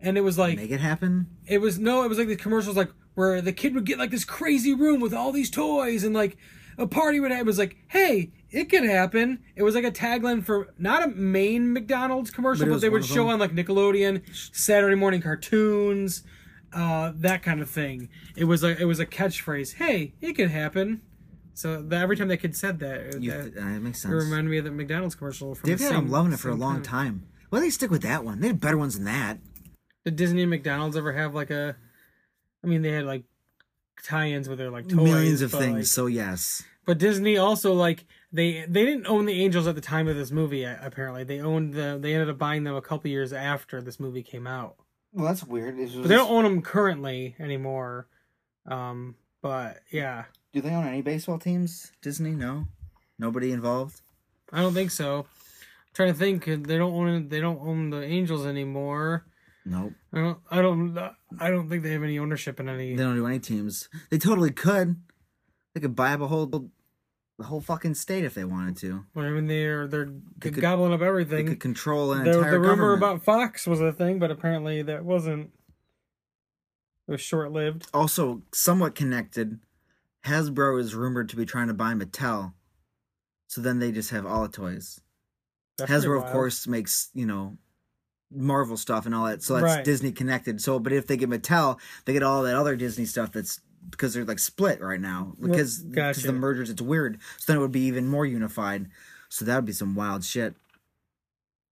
A: and it was like
B: Make it happen.
A: it was no, it was like the commercials like where the kid would get like this crazy room with all these toys and like a party would. It was like, hey, it could happen. It was like a tagline for not a main McDonald's commercial,
B: But it
A: but,
B: was
A: they
B: one
A: would
B: of
A: show
B: them.
A: on like Nickelodeon, Saturday morning cartoons, uh, that kind of thing. It was a it was a catchphrase. Hey, it could happen. So that, every time that kid said that, it-
B: You, uh,
A: that-
B: that makes
A: it
B: sense.
A: reminded me of the McDonald's commercial from
B: They've
A: the
B: had
A: same,
B: them loving it for a
A: same
B: long time. Why do they stick with that one? They had better ones than that.
A: Did Disney and McDonald's ever have like a? I mean, they had like tie-ins with their like toys,
B: Millions of
A: but,
B: things.
A: like-
B: so yes,
A: but Disney also like they they didn't own the Angels at the time of this movie. a- Apparently, they owned the. They ended up buying them a couple years after this movie came out.
B: well, that's weird.
A: But they don't own them currently anymore. Um, but yeah,
B: do they own any baseball teams? Disney? No, nobody involved.
A: I don't think so. I'm trying to think, they don't own they don't own the Angels anymore.
B: Nope.
A: I don't I don't I don't think they have any ownership in any.
B: They don't do any teams. They totally could. They could buy up a whole, the whole fucking state if they wanted to.
A: Well, I mean, they're they're
B: could-
A: gobbling up
B: They
A: everything.
B: could control an
A: The,
B: entire
A: the rumor
B: government.
A: about Fox was a thing, but apparently that wasn't. It was short lived.
B: also somewhat connected, Hasbro is rumored to be trying to buy Mattel. So then they just have all the toys. Hasbro, of course, makes, you know, Marvel stuff and all that. So that's
A: Right.
B: Disney connected. So, but if they get Mattel, they get all that other Disney stuff that's because they're like split right now
A: Well,
B: because because
A: gotcha.
B: the mergers, it's weird. So then it would be even more unified. So that would be some wild shit.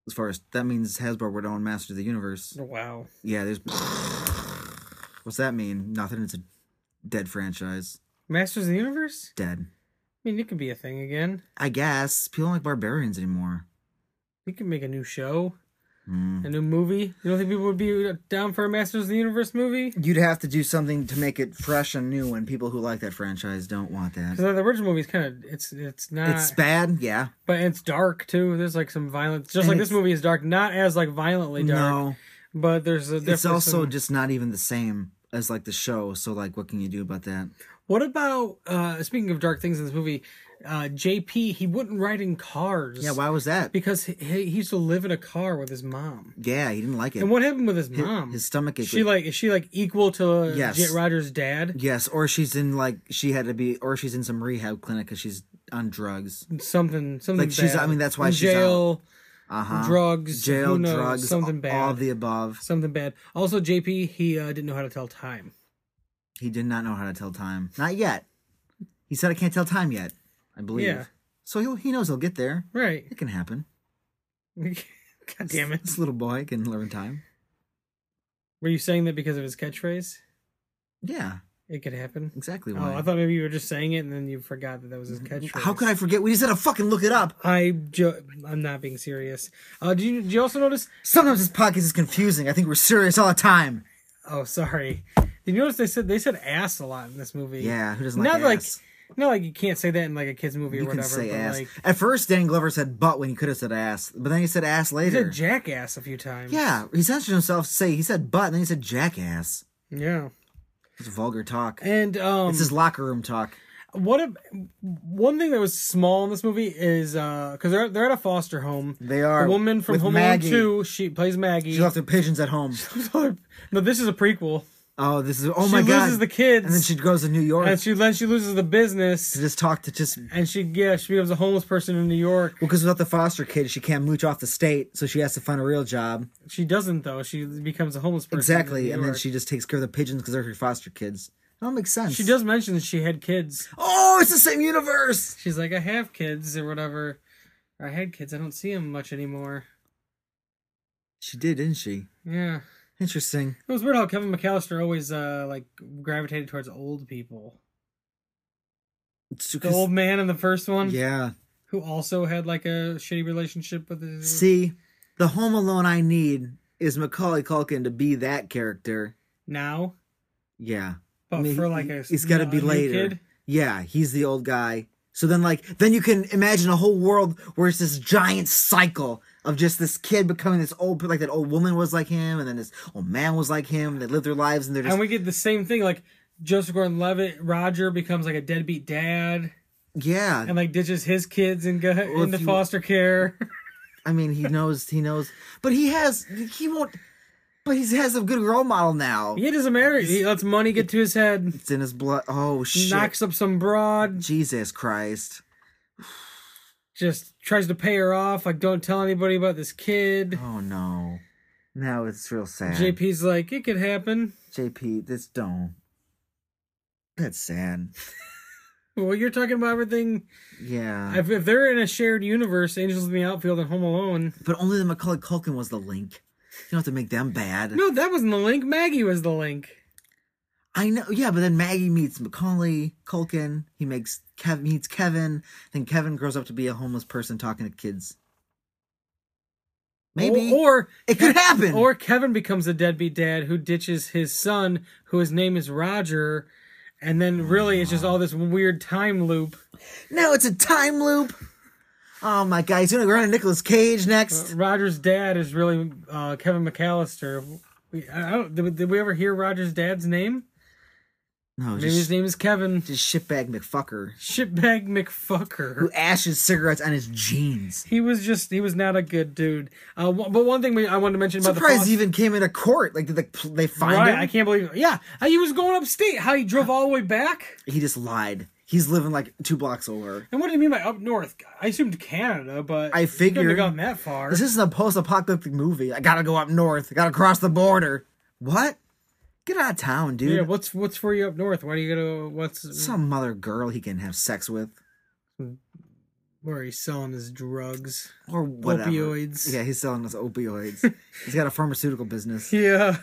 B: As far as that means, Hasbro would own Master of the Universe.
A: Wow.
B: Yeah, there's. What's that mean? Nothing. It's a dead franchise.
A: Masters of the Universe?
B: Dead.
A: I mean, it could be a thing again.
B: I guess people don't like barbarians anymore.
A: We could make a new show,
B: Hmm.
A: a new movie. You don't think people would be down for a Masters of the Universe movie?
B: You'd have to do something to make it fresh and new, and people who like that franchise don't want that.
A: Because the original movie is kind of it's it's not,
B: It's bad, yeah.
A: but it's dark too. There's like some violence, just
B: And
A: like this
B: it's-
A: movie is dark, not as like violently dark,
B: No,
A: but there's a.
B: it's
A: definitely
B: also
A: some-
B: just not even the same as like the show. So like, what can you do about that?
A: What about uh speaking of dark things in this movie, uh JP he wouldn't ride in cars.
B: Yeah, why was that?
A: Because he, he used to live in a car with his mom.
B: Yeah, he didn't like it.
A: And what happened with his mom?
B: His stomach ache.
A: she like is she like equal to uh,
B: Yes.
A: Jet Ryder's dad?
B: yes, or she's in like she had to be, or she's in some rehab clinic because she's on drugs.
A: Something something.
B: Like, she's-
A: bad.
B: I mean, that's why
A: In
B: she's out.
A: jail,
B: Uh huh.
A: drugs,
B: jail,
A: who knows,
B: drugs,
A: something
B: all,
A: bad,
B: all of the above.
A: something bad. Also, JP he uh, didn't know how to tell time.
B: He did not know how to tell time. Not yet. He said, "I can't tell time yet." I believe.
A: Yeah.
B: So he he knows he'll get there.
A: Right.
B: It can happen.
A: God damn it.
B: This little boy can learn time.
A: Were you saying that because of his catchphrase?
B: Yeah,
A: It could happen.
B: exactly.
A: Oh,
B: Why? Mm-hmm.
A: I thought maybe you were just saying it and then you forgot that that was his catchphrase.
B: how could I forget? We just had to fucking look it up.
A: I jo- I'm not being serious. Uh, do you do you also notice?
B: Sometimes this podcast is confusing. I think we're serious all the time.
A: Oh, sorry. Did you notice they said they said ass a lot in this movie?
B: Yeah, who doesn't
A: Not
B: like
A: like
B: ass?
A: not like you can't say that in like a kids movie
B: you
A: or
B: can
A: whatever.
B: say
A: but
B: ass.
A: like
B: At first, Dan Glover said butt when he could have said ass, but then he said ass
A: he
B: later.
A: said jackass a few times.
B: yeah, he censored himself. to Say he said butt, and then he said jackass.
A: Yeah.
B: It's vulgar talk.
A: And um,
B: This is locker room talk.
A: what a, one thing that was small in this movie is because they're they're at a foster home.
B: They are,
A: a woman from
B: with
A: Home
B: Maggie.
A: Alone Two. She plays Maggie.
B: She left her pigeons at home.
A: no, this is a prequel.
B: Oh, this is oh
A: she
B: my god.
A: loses the kids,
B: and then she goes to New York
A: and she then she loses the
B: to
A: business,
B: just talk to just well
A: and she yeah she becomes a homeless person in New York.
B: because without the foster kid, she can't mooch off the state, so she has to find a real job.
A: She doesn't though. She becomes a homeless person in
B: Exactly,
A: New
B: and then
A: York.
B: she just takes care of the pigeons because they're her foster kids. That all makes sense.
A: she does mention that she had kids.
B: Oh, it's the same universe.
A: She's like, I have kids or whatever. Or, I had kids. I don't see them much anymore.
B: She did, didn't she?
A: Yeah.
B: Interesting.
A: It was weird how Kevin McAllister always uh, like gravitated towards old people.
B: It's
A: The
B: 'cause-
A: old man in the first one,
B: yeah.
A: who also had like a shitty relationship with his.
B: See, the Home Alone I need is Macaulay Culkin to be that character.
A: now,
B: Yeah.
A: but
B: I mean,
A: Oh, for
B: he-
A: like a
B: he's got to
A: a
B: be
A: new
B: later.
A: kid.
B: Yeah, he's the old guy. So then, like, then you can imagine a whole world where it's this giant cycle of just this kid becoming this old, like that old woman was like him, and then this old man was like him. And they live their lives, and they're just
A: and we get the same thing like Joseph Gordon-Levitt. Roger becomes like a deadbeat dad
B: yeah.
A: and like ditches his kids and go into
B: if you-
A: foster care.
B: I mean, he knows, he knows, but he has, he won't, but he has a good role model now.
A: he doesn't matter. He lets money get to his head.
B: It's in his blood. Oh shit!
A: Knocks up some broad.
B: Jesus Christ!
A: Just tries to pay her off. Like, don't tell anybody about this kid.
B: Oh no! Now it's real sad.
A: JP's like, it could happen.
B: JP, this don't. That's sad.
A: Well, you're talking about everything.
B: Yeah.
A: If, if they're in a shared universe, Angels in the Outfield and Home Alone.
B: But only the Macaulay Culkin was the link. You don't have to make them bad.
A: No, that wasn't the link. Maggie was the link.
B: I know. Yeah, but then Maggie meets Macaulay Culkin. He makes Kev meets Kevin. Then Kevin grows up to be a homeless person talking to kids. Maybe
A: Or, or
B: it could happen.
A: Or Kevin becomes a deadbeat dad who ditches his son, who his name is Roger, and then really it's just all this weird time loop.
B: now it's a time loop. Oh my god, he's gonna run a Nicolas Cage next.
A: Roger's dad is really uh, Kevin McAllister. We, I I don't, did, we- did we ever hear Roger's dad's name?
B: No,
A: Maybe his
B: just,
A: name is Kevin
B: just shitbag McFucker
A: Shitbag
B: who
A: McFucker.
B: ashes cigarettes on his jeans.
A: He was just he was not a good dude. Uh, one- but one thing we, I wanted to mention about
B: Surprised
A: the
B: he even came into court. Like did the, pl- they find
A: Right,
B: him?
A: I can't believe. Yeah, uh, he was going upstate. How he drove all the way back.
B: He just lied. He's living like two blocks over.
A: And what do you mean by up north? I assumed Canada, but
B: I
A: he couldn't have
B: figured-
A: gone that far.
B: This isn't a post-apocalyptic movie. I gotta go up north. I gotta cross the border. What? Get out of town, dude.
A: Yeah, what's what's for you up north? Why do you go to what's
B: Some other girl he can have sex with,
A: where he's selling his drugs?
B: or whatever.
A: Opioids.
B: Yeah, he's selling us opioids. he's got a pharmaceutical business.
A: Yeah.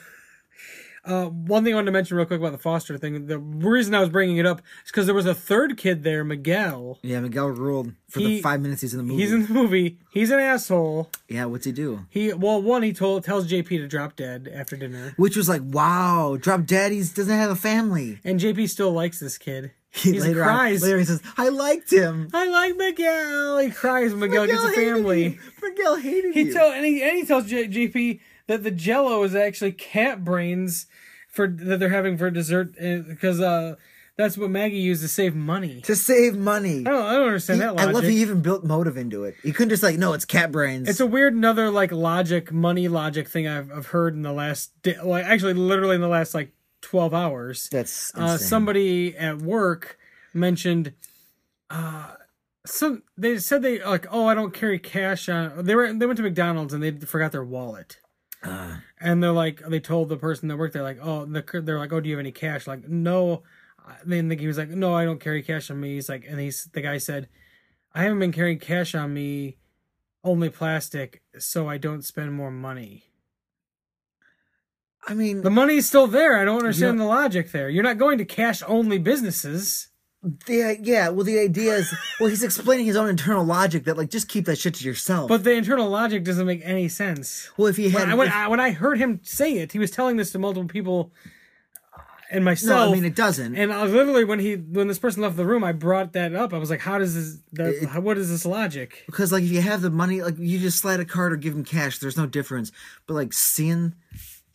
A: Uh, one thing I wanted to mention real quick about the foster thing. The reason I was bringing it up is because there was a third kid there, Miguel.
B: Yeah, Miguel ruled for
A: He-
B: the five minutes he's in the movie.
A: He's in the movie. He's an asshole.
B: yeah, what's he do?
A: He well, one he told tells JP to drop dead after dinner,
B: Which was like, wow, Drop Dead. He doesn't have a family.
A: and JP still likes this kid.
B: He
A: He's
B: later
A: cries.
B: On, later he says, I liked him.
A: I like Miguel. He cries. when Miguel, gets a
B: hated
A: family.
B: you. Miguel hated
A: He
B: you.
A: tell and he, and he tells J- JP that the Jello is actually cat brains for that they're having for dessert because uh, that's what Maggie used to save money.
B: to save money.
A: I don't, I don't understand that
B: I
A: logic.
B: love he even built motive into it. He couldn't just like, no, it's cat brains.
A: it's uh, a weird another like logic money logic thing I've I've heard in the last di- like actually literally in the last like twelve hours.
B: That's insane.
A: Uh, somebody at work mentioned uh, some they said they like oh I don't carry cash on they were they went to McDonald's and they forgot their wallet.
B: Uh.
A: and they're like they told the person that worked there like oh the, they're like oh do you have any cash like no then the, he was like no I don't carry cash on me he's like and he's the guy said I haven't been carrying cash on me only plastic so I don't spend more money
B: I mean,
A: the money's still there I don't understand
B: know-
A: the logic there you're not going to cash only businesses
B: the, yeah. Well, the idea is, well, he's explaining his own internal logic that like just keep that shit to yourself.
A: But the internal logic doesn't make any sense.
B: well, if
A: When
B: he had,
A: I, when,
B: if-
A: I, when I heard him say it, he was telling this to multiple people uh, and
B: no,
A: myself.
B: I mean it doesn't.
A: and I was literally when he when this person left the room, I brought that up. I was like, "How does this? That, how, what is this logic?"
B: because like if you have the money, like you just slide a card or give him cash. There's no difference. But like seeing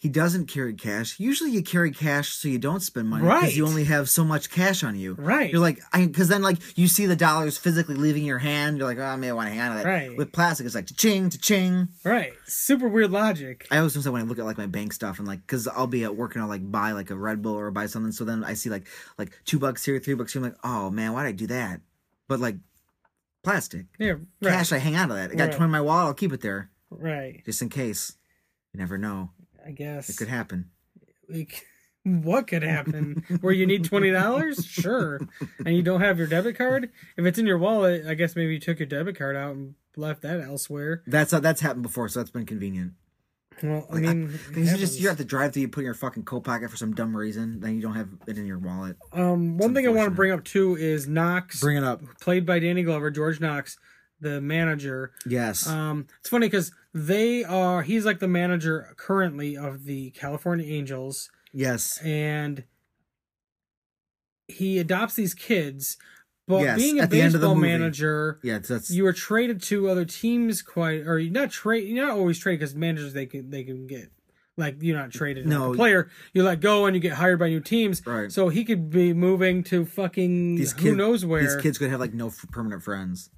B: He doesn't carry cash. Usually, you carry cash so you don't spend money
A: Right.
B: you only have so much cash on you.
A: Right.
B: You're like, because then like you see the dollars physically leaving your hand. You're like, oh, I may want to hang on to that.
A: Right.
B: With plastic, it's like ching, ching.
A: Right. Super weird logic.
B: I always notice that when I look at like my bank stuff and like, cause I'll be at work and I'll like buy like a Red Bull or buy something. So then I see like like two bucks here, three bucks here. I'm like, oh man, why did I do that? But like plastic,
A: Yeah. Right.
B: cash, I hang on to that. I got
A: Right.
B: twenty in my wallet. I'll keep it there
A: Right.
B: just in case. You never know.
A: I guess.
B: It could happen.
A: like, what could happen? Where you need twenty dollars? Sure. And you don't have your debit card? If it's in your wallet, I guess maybe you took your debit card out and left that elsewhere.
B: That's uh, that's happened before, so that's been convenient.
A: Well, I mean, it
B: 'Cause you just
A: happens.
B: you're at the drive-through, you put it in your fucking coat pocket for some dumb reason, then you don't have it in your wallet.
A: um, one thing I want to bring up too is Knox,
B: Bring it up.
A: played by Danny Glover, George Knox, the manager.
B: Yes.
A: Um, it's funny because they are. He's like the manager currently of the California Angels.
B: yes.
A: and he adopts these kids. But
B: Yes,
A: being a
B: at the end of the
A: baseball
B: movie.
A: manager,
B: Yeah. That's
A: you are traded to other teams quite, or you're not trade. You're not always traded because managers they can they can get like you're not traded. like
B: No.
A: a player you let go and you get hired by new teams.
B: Right.
A: So he could be moving to fucking
B: these
A: who
B: kids,
A: knows where.
B: These kids could have like no f- permanent friends.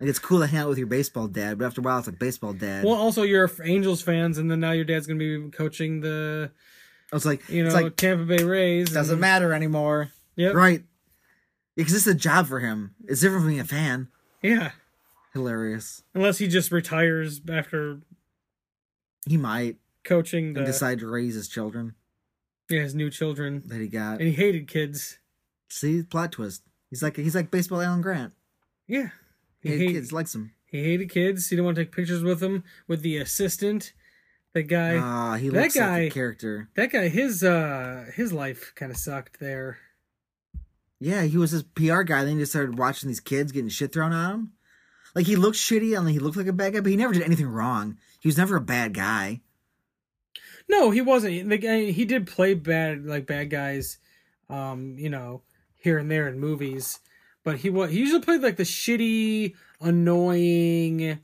B: Like it's cool to hang out with your baseball dad, but after a while, it's like baseball dad.
A: Well, also you're Angels fans, and then now your dad's gonna be coaching the
B: I was like,
A: you know
B: it's like
A: Tampa Bay Rays.
B: doesn't
A: and-
B: matter anymore,
A: Yep.
B: right? Because this is a job for him. It's different from being a fan.
A: Yeah.
B: Hilarious.
A: Unless he just retires after
B: He might
A: coaching the
B: and decide to raise his children
A: Yeah, his new children.
B: that he got.
A: And he hated kids.
B: See plot twist. He's like he's like baseball Alan Grant.
A: Yeah. He,
B: He
A: hate-
B: kids likes him.
A: he hated kids. He didn't want to take pictures with them, with the assistant. The guy
B: Ah, he
A: that
B: looks like
A: guy-
B: a character.
A: that guy, his uh his life kinda sucked there.
B: Yeah, he was this PR guy. Then he just started watching these kids getting shit thrown at him. Like he looked shitty and he looked like a bad guy, but he never did anything wrong. He was never a bad guy.
A: No, he wasn't. The guy he did play bad like bad guys, um, you know, here and there in movies. But he was he usually played like the shitty, annoying,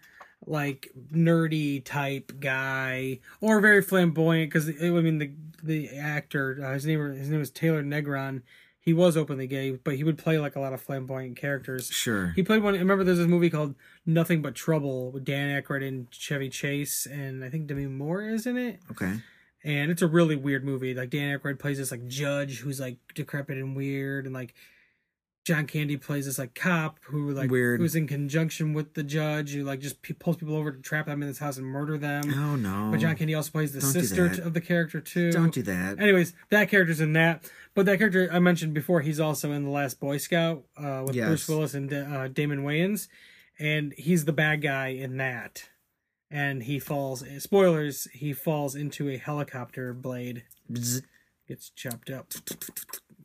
A: like nerdy type guy, or very flamboyant. Because I mean, the the actor uh, his name his name was Taylor Negron. He was openly gay, but he would play like a lot of flamboyant characters.
B: Sure.
A: He played one. Remember, there's this movie called Nothing But Trouble with Dan Aykroyd and Chevy Chase, and I think Demi Moore is in it
B: Okay.
A: and it's a really weird movie. Like Dan Aykroyd plays this like judge who's like decrepit and weird, and like John Candy plays this like cop who like
B: Weird.
A: who's in conjunction with the judge who like just pe- pulls people over to trap them in his house and murder them.
B: Oh no.
A: But John Candy also plays the
B: Don't do
A: sister
B: that.
A: t- of the character too.
B: Don't do that.
A: Anyways, that character's in that. But that character I mentioned before, he's also in The Last Boy Scout uh, with
B: Yes.
A: Bruce Willis and Da- uh, Damon Wayans, and he's the bad guy in that. And he falls. Spoilers: he falls into a helicopter blade,
B: Bzz.
A: gets chopped up.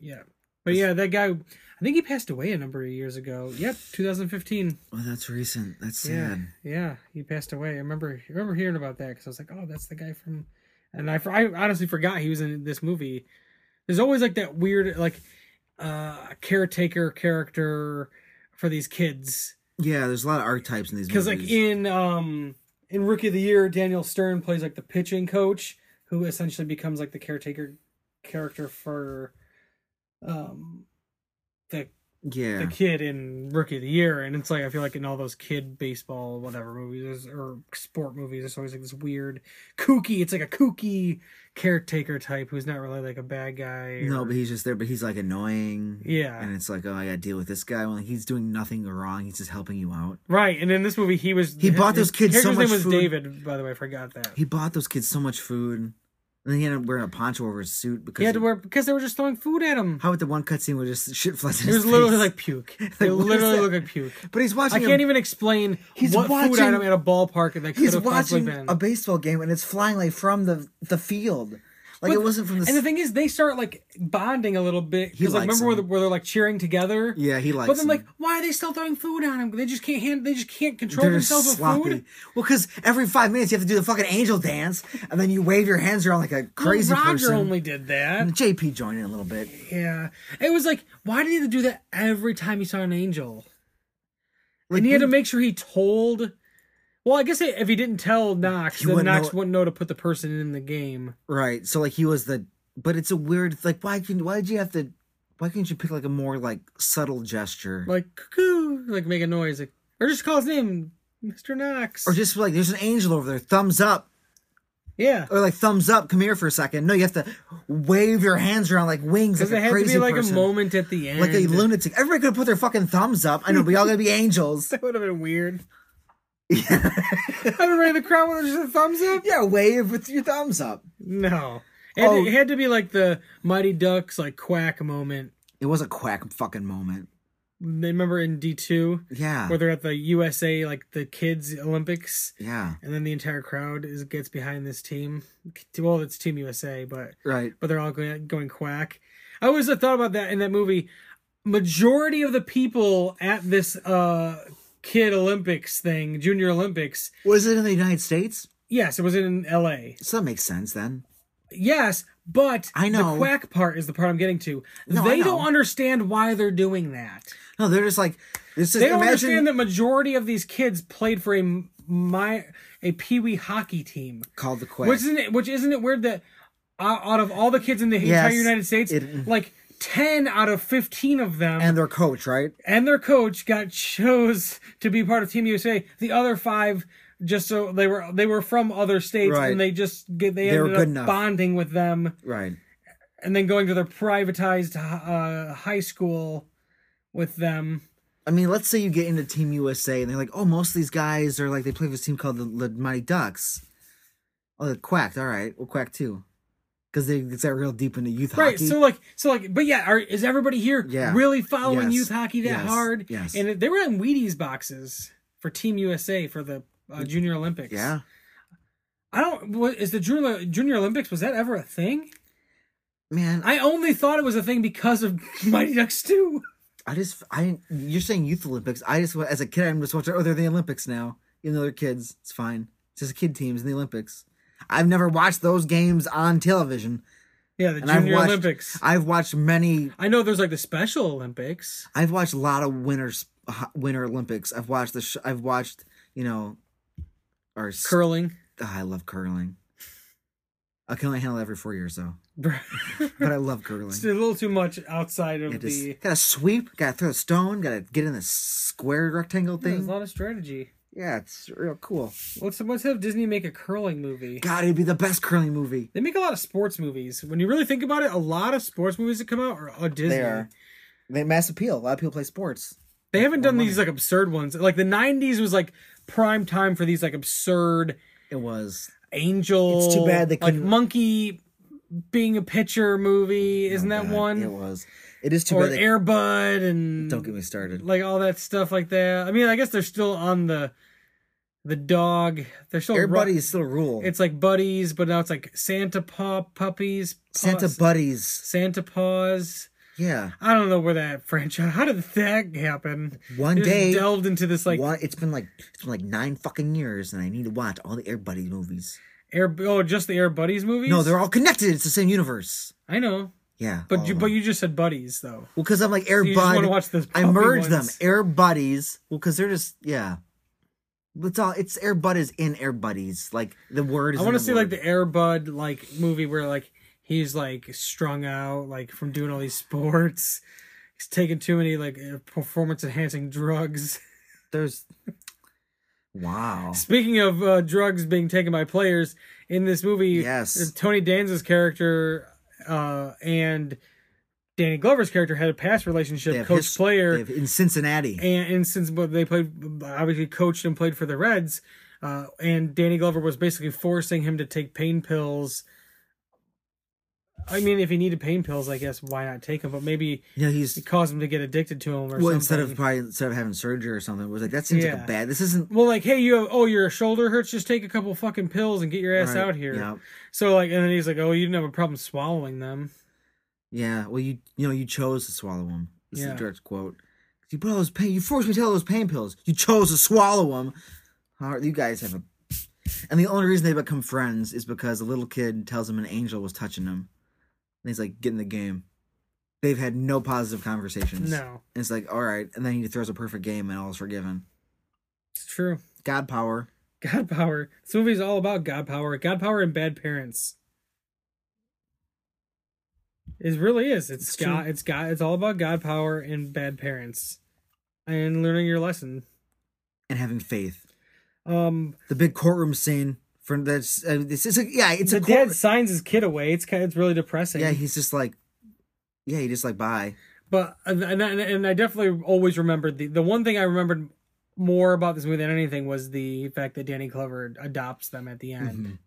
A: Yeah, but yeah, that guy. I think he passed away a number of years ago. Yep, 2015.
B: Well, Oh, that's recent. That's
A: Yeah,
B: sad.
A: yeah, he passed away. I remember, I remember hearing about that because I was like, oh, that's the guy from, and I, I honestly forgot he was in this movie. There's always like that weird like uh caretaker character for these kids
B: Yeah. there's a lot of archetypes in these movies.
A: because like in um in Rookie of the Year, Daniel Stern plays like the pitching coach who essentially becomes like the caretaker character for um the
B: yeah,
A: the kid in Rookie of the Year, and it's like I feel like in all those kid baseball whatever movies there's- or sport movies, there's always like this weird kooky. It's like a kooky caretaker type who's not really like a bad guy.
B: no,
A: or-
B: but he's just there. But he's like annoying.
A: Yeah.
B: and it's like, oh, I got to deal with this guy. Well, he's doing nothing wrong. He's just helping you out.
A: right. And in this movie, he was
B: He bought
A: his
B: those kids so
A: character's
B: much
A: name was
B: food.
A: David, by the way. I forgot that.
B: He bought those kids so much food, and then he ended up wearing a poncho over his suit because
A: He had to wear because they were just throwing food at him.
B: How about the one cutscene where just shit flies in
A: It
B: his
A: was literally
B: face?
A: like puke. They
B: what is
A: literally
B: that?
A: look like puke.
B: But he's
A: I
B: watching.
A: can't
B: a,
A: even explain
B: He's
A: what food
B: watching-
A: item at a ballpark that could
B: He's
A: have possibly
B: watching
A: been.
B: a baseball game and it's flying like from the the field. Like it
A: But-
B: wasn't from the.
A: And the thing is, they start like bonding a little bit
B: He
A: because like
B: likes
A: remember where, the,
B: him.
A: where they're like cheering together.
B: Yeah, he likes
A: But then like,
B: him.
A: why are they still throwing food on him? They just can't hand. They just can't control
B: they're
A: themselves with
B: sloppy.
A: food.
B: Well, because every five minutes you have to do the fucking angel dance, and then you wave your hands around like a crazy
A: Roger
B: person. Mm.
A: only did that.
B: And JP joined in a little bit.
A: Yeah, it was like, why did he do that every time he saw an angel?
B: Like,
A: and he had to
B: we-
A: make sure he told Well, I guess if he didn't tell Knox,
B: He
A: then
B: wouldn't
A: Knox
B: know-
A: wouldn't know to put the person in the game.
B: Right. So like he was the but it's a weird like why can why did you have to why couldn't you pick like a more like subtle gesture?
A: Like cuckoo, like make a noise, like or just call his name, Mister Knox,
B: or just like there's an angel over there, thumbs up.
A: yeah,
B: Or like thumbs up, come here for a second. No, you have to wave your hands around like wings.
A: because
B: Like
A: it
B: a
A: had to
B: crazy
A: be like
B: person.
A: a moment at the end,
B: Like a lunatic. Everybody could put their fucking thumbs up. I know, we all gotta be angels.
A: That would have been weird. Everybody in the crowd with just a thumbs up.
B: Yeah, wave with your thumbs up.
A: No, it, had-
B: Oh.
A: it had to be like the Mighty Ducks like quack moment.
B: It was a quack fucking moment.
A: They remember in D two
B: Yeah.
A: where they're at the USA like the kids Olympics,
B: Yeah.
A: and then the entire crowd is gets behind this team. Well, it's Team USA, but
B: Right.
A: but they're all going going quack. I always thought about that in that movie. Majority of the people at this uh kid Olympics thing, Junior Olympics,
B: Was it in the United States?
A: yes, it was in L.A.
B: So that makes sense then.
A: Yes, but
B: I know.
A: the quack part is the part I'm getting to.
B: No, I
A: they
B: know.
A: don't understand why they're doing that.
B: No, they're just like this is
A: They don't
B: imagine
A: understand that majority of these kids played for a m- my a peewee hockey team.
B: called the quack.
A: Which isn't it? Which isn't it weird that uh, out of all the kids in the
B: Yes,
A: entire United States,
B: it-
A: like ten out of fifteen of them
B: and their coach, right?
A: and their coach got chose to be part of Team USA. The other five just so they were they were from other states
B: Right.
A: and they just get they,
B: They were
A: ended
B: good
A: up
B: enough.
A: bonding with them
B: Right.
A: and then going to their privatized uh, high school with them.
B: I mean, let's say you get into Team USA and they're like, oh, most of these guys are like they play for this team called the, the Mighty Ducks. Oh, they quacked. All right, well, quack too, because they got real deep into youth
A: Right.
B: hockey.
A: So like so like but yeah, are, is everybody here
B: Yeah.
A: really following
B: Yes.
A: youth hockey that
B: Yes.
A: hard?
B: Yes.
A: And they were in Wheaties boxes for Team USA for the uh, Junior Olympics.
B: yeah,
A: I don't what is the Junior Junior Olympics was that ever a thing?
B: man, I,
A: I only thought it was a thing because of Mighty Ducks 2.
B: I just I you're saying youth Olympics. I just as a kid, I'm just watching. Oh, they're the Olympics now. Even though they're kids, it's fine. It's just kid teams in the Olympics. I've never watched those games on television.
A: Yeah, the
B: And I've
A: Junior
B: watched,
A: Olympics.
B: I've watched many
A: I know there's like the Special Olympics.
B: I've watched a lot of winners, uh, winter Olympics. I've watched the. Sh- I've watched you know, our s-
A: Curling.
B: Ah, I love curling. I can only handle it every four years though, but I love curling.
A: it's a little too much outside of
B: Yeah, just
A: the.
B: gotta sweep, gotta throw a stone, gotta get in the square rectangle
A: Yeah, There's a
B: thing.
A: lot of strategy.
B: Yeah, it's real cool.
A: Let's, let's have Disney make a curling movie.
B: God, it'd be the best curling movie.
A: They make a lot of sports movies. When you really think about it, a lot of sports movies that come out are, are Disney.
B: They are. They mass appeal. A lot of people play sports.
A: They haven't done these like absurd ones. Like the 90s was like prime time for these like absurd
B: It was. Oh
A: angel.
B: It's too bad they
A: like
B: couldn't-
A: monkey being a pitcher movie. Isn't that
B: Oh, God,
A: one?
B: It was. It is too
A: or
B: bad. They,
A: Airbud and
B: don't get me started.
A: like all that stuff like that. I mean, I guess they're still on the the dog. They're still ru-
B: Everybody's still rule.
A: It's like buddies, but now it's like Santa paw puppies,
B: Santa
A: paws,
B: buddies.
A: Santa paws.
B: Yeah.
A: I don't know where that franchise. How did that happen?
B: One
A: They just
B: day-
A: delved into this like
B: Why- it's been like it's been like nine fucking years, and I need to watch all the Air Buddies movies.
A: Air. Oh, just the Air Buddies movies.
B: No, they're all connected. It's the same universe.
A: I know,
B: Yeah,
A: but
B: all
A: you
B: of
A: but
B: them.
A: you just said buddies though.
B: well, because I'm like Air
A: you just
B: Bud.
A: wanna watch the
B: I
A: puppy
B: merge them.
A: ones.
B: Air Buddies. Well, because they're just yeah. It's all it's Air Bud is in Air Buddies. Like the word. Is
A: I
B: want to
A: see like the Air Bud like movie where like he's like strung out like from doing all these sports. He's taking too many like performance enhancing drugs.
B: there's. Wow.
A: Speaking of uh, drugs being taken by players in this movie, uh,
B: Yes.
A: Tony Danza's character uh, and Danny Glover's character had a past
B: They
A: relationship,
B: have
A: coach
B: his-
A: player,
B: they have- in Cincinnati.
A: and, and since but they played obviously coached and played for the Reds, uh, and Danny Glover was basically forcing him to take pain pills. I mean, if he needed pain pills, I guess why not take them? But maybe
B: you know he's
A: it caused him to get addicted to them, or
B: well
A: something.
B: instead of probably instead of having surgery or something. It was like that seems like
A: Yeah.
B: a bad. This isn't
A: well, like hey, you have, oh your shoulder hurts, just take a couple fucking pills and get your ass
B: right,
A: out here.
B: Yeah.
A: So like, and then he's like, oh, you didn't have a problem swallowing them.
B: Yeah, well, you you know you chose to swallow them. This is
A: Yeah.
B: a direct quote. You put all those pain. You forced me to take all those pain pills. You chose to swallow them. you guys have a. And the only reason they become friends is because a little kid tells him an angel was touching him, and he's like, "Get in the game." They've had no positive conversations.
A: No,
B: And it's like, all right, and then he throws a perfect game, and all is forgiven.
A: it's true.
B: God power.
A: God power. This movie is all about God power. God power and bad parents. It really is. It's,
B: It's
A: God.
B: true.
A: It's God. It's all about God power and bad parents, and learning your lesson.
B: and having faith.
A: Um,
B: The big courtroom scene for this. Uh, this is a, yeah, it's
A: the
B: a court.
A: dad signs his kid away. It's kind. It's really depressing.
B: Yeah, he's just like, yeah, he just like bye.
A: But and and, and I definitely always remembered the the one thing I remembered more about this movie than anything was the fact that Danny Clover adopts them at the end.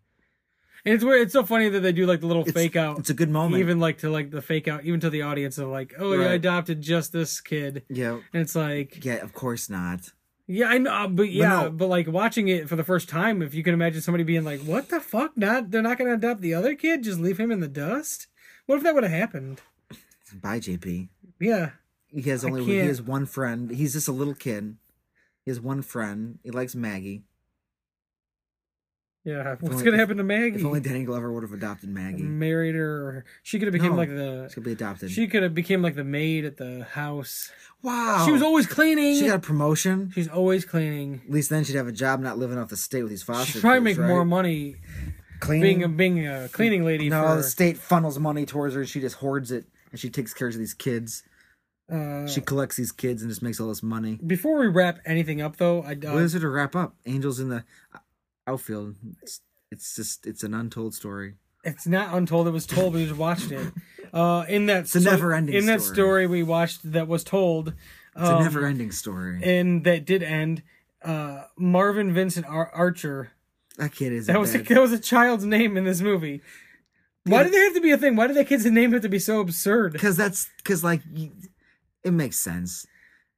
A: And it's weird. It's so funny that they do like the little
B: Mm-hmm. It's,
A: fake out.
B: It's a good moment.
A: even like to like the fake out, even to the audience of like, oh, yeah, I
B: Right.
A: adopted just this kid.
B: yeah,
A: And it's like,
B: yeah, of course not.
A: yeah, I know, uh, but yeah,
B: no.
A: but like watching it for the first time, if you can imagine somebody being like, what the fuck? Not they're not going to adopt the other kid, just leave him in the dust. What if that would have happened?
B: Bye, JP.
A: Yeah,
B: He has only he
A: can't-
B: has one friend. He's just a little kid. He has one friend. He likes Maggie.
A: yeah. What's
B: only-
A: going to happen to Maggie?
B: If only Danny Glover would have adopted Maggie.
A: Married her, or she could have become
B: No,
A: like
B: She
A: the
B: could be adopted.
A: she could have became like the maid at the house.
B: wow.
A: She was always cleaning.
B: Oh. She got a promotion.
A: She's always cleaning.
B: At least then she'd have a job, not living off the state with these foster.
A: She'd probably make
B: kids, Oh, right?
A: more money
B: Cleaning.
A: being a being a cleaning lady.
B: no,
A: for,
B: the state funnels money towards her. and She just hoards it, and she takes care of these kids.
A: Uh,
B: She collects these kids and just makes all this money.
A: before we wrap anything up, though, I
B: what
A: uh,
B: is there to wrap up? Angels in the outfield. It's, it's just it's an untold story.
A: it's not untold. It was told. We just watched it. Uh, in that
B: It's a never-ending
A: In that
B: story.
A: story we watched that was told,
B: It's
A: um,
B: a never-ending story.
A: and that did end. Uh, Marvin Vincent Ar- Archer.
B: that kid is
A: That was a, that was a child's name in this movie. Why did they have to be a thing? Why did that kid's name have to be so absurd?
B: because that's because like you- it makes sense.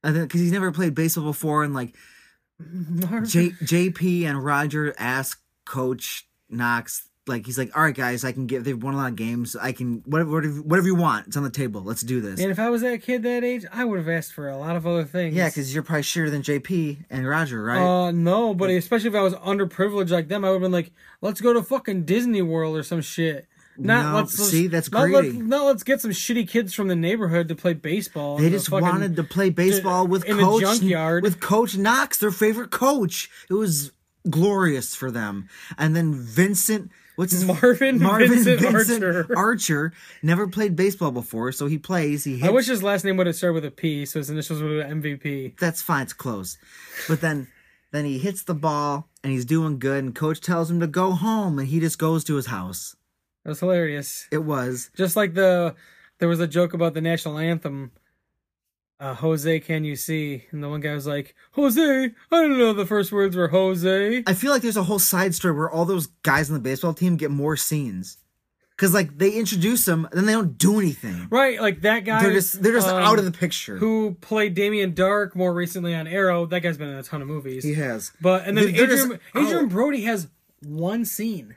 B: And then because he's never played baseball before, and like
A: Marvin.
B: J- JP and Roger ask Coach Knox, like he's like, "All right, guys, I can give. They've won a lot of games. I can whatever, whatever, whatever you want. It's on the table. Let's do this."
A: and if I was that kid that age, I would have asked for a lot of other things.
B: yeah, because you're probably shorter than JP and Roger, right?
A: Uh, no, but especially if I was underprivileged like them, I would have been like, let's go to fucking Disney World or some shit. Not
B: No,
A: let's let's-
B: see, that's
A: not let's-
B: greedy.
A: no, let's get some shitty kids from the neighborhood to play baseball.
B: they
A: in the
B: just
A: fucking-
B: wanted to play baseball with
A: in a
B: Coach
A: junkyard.
B: with Coach Knox, their favorite coach. It was glorious for them. And then Vincent. What's his
A: Marvin Vincent Archer.
B: Archer never played baseball before, so he plays. He
A: I
B: hits
A: wish his last name would have started with a P, so his initials would have been MVP.
B: that's fine, it's close. But then then he hits the ball and he's doing good and coach tells him to go home and he just goes to his house.
A: That was hilarious.
B: It was
A: Just like the there was a joke about the national anthem. Uh, Jose, can you see? And the one guy was like, Jose, I don't know. The first words were Jose.
B: I feel like there's a whole side story where all those guys on the baseball team get more scenes. Cause like they introduce them and then they don't do anything.
A: Right, like that guy.
B: They're just they're just
A: um,
B: out of the picture.
A: who played Damien Dark more recently on Arrow. That guy's been in a ton of movies.
B: he has.
A: But and then
B: They're just
A: Adrian, Adrian
B: out.
A: Brody has one scene.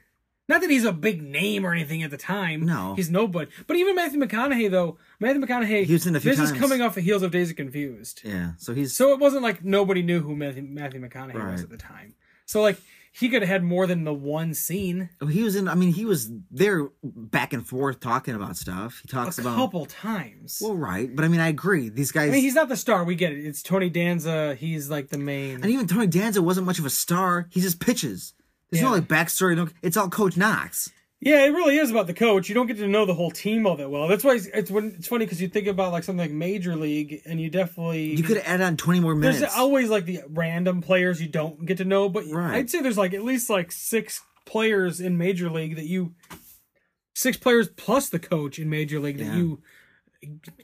A: Not that he's a big name or anything at the time.
B: No.
A: he's nobody. But even Matthew McConaughey, though Matthew McConaughey,
B: He was in a few
A: this is
B: times.
A: coming off the heels of Days of Confused,
B: Yeah. So he's
A: so it wasn't like nobody knew who Matthew, Matthew McConaughey was
B: Right.
A: at the time. So like he could have had more than the one scene
B: he was in I mean, he was there back and forth talking about stuff. He
A: a
B: talks about
A: couple times.
B: Well right, but I mean I agree. These guys
A: I mean, he's not the star. We get it. It's Tony Danza. He's like the main.
B: And even Tony Danza wasn't much of a star. He just pitches. There's no
A: Yeah.
B: like backstory. No, it's all Coach Knox.
A: Yeah, it really is about the coach. You don't get to know the whole team all that well. That's why it's it's, when, it's funny because you think about like something like Major League, and you definitely
B: You could add on 20 more
A: there's
B: minutes.
A: always like the random players you don't get to know. But
B: Right.
A: I'd say there's like at least like six players in Major League that you six players plus the coach in Major League that
B: Yeah.
A: you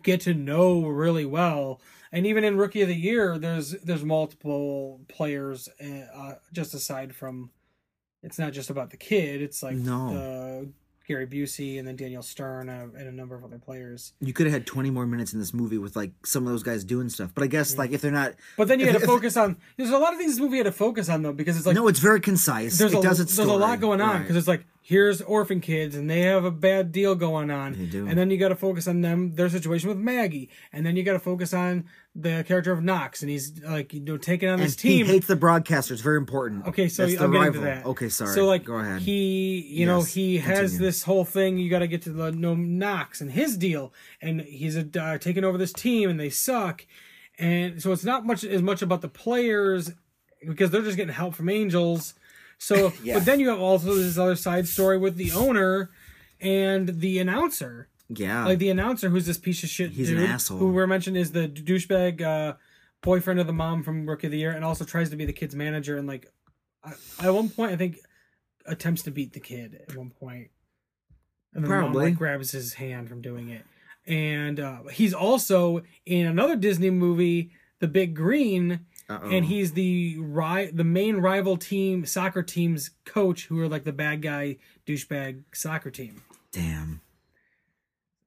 A: get to know really well. And even in Rookie of the Year, there's there's multiple players uh, uh, just aside from. It's not just about the kid. It's like
B: No.
A: the Gary Busey and then Daniel Stern uh, and a number of other players.
B: you could have had 20 more minutes in this movie with like some of those guys doing stuff. But I guess like if they're not,
A: But then you
B: If-
A: had to
B: if-
A: focus on. There's a lot of things this movie had to focus on though because it's like
B: no, it's very concise.
A: there's
B: it
A: a
B: does its
A: there's a
B: story.
A: lot going on
B: Right.
A: because it's like here's orphan kids and they have a bad deal going on,
B: They do.
A: and then you got to focus on them their situation with Maggie, and then you got to focus on the character of Knox and he's like you know taking on
B: and
A: this team.
B: he hates the broadcaster. It's very important.
A: okay, so
B: That's
A: I'm
B: the
A: getting
B: rival.
A: to that.
B: Okay, sorry.
A: So like
B: go ahead.
A: he, you know,
B: Yes,
A: he has
B: continue.
A: this whole thing. You got to get to the no Knox and his deal, and he's a, uh, taking over this team and they suck, and so it's not much as much about the players because they're just getting help from angels So,
B: Yeah.
A: but then you have also this other side story with the owner and the announcer,
B: Yeah.
A: like the announcer who's this piece of shit.
B: He's an
A: dude,
B: asshole.
A: Who we're mentioned is the douchebag uh, boyfriend of the mom from Rookie of the Year, and also tries to be the kid's manager. And like, I, at one point, I think attempts to beat the kid at one point. And the mom
B: Probably.
A: like, grabs his hand from doing it. And uh, he's also in another Disney movie, The Big Green,
B: Uh-oh.
A: and he's the ri- the main rival team soccer team's coach, who are like the bad guy douchebag soccer team.
B: Damn.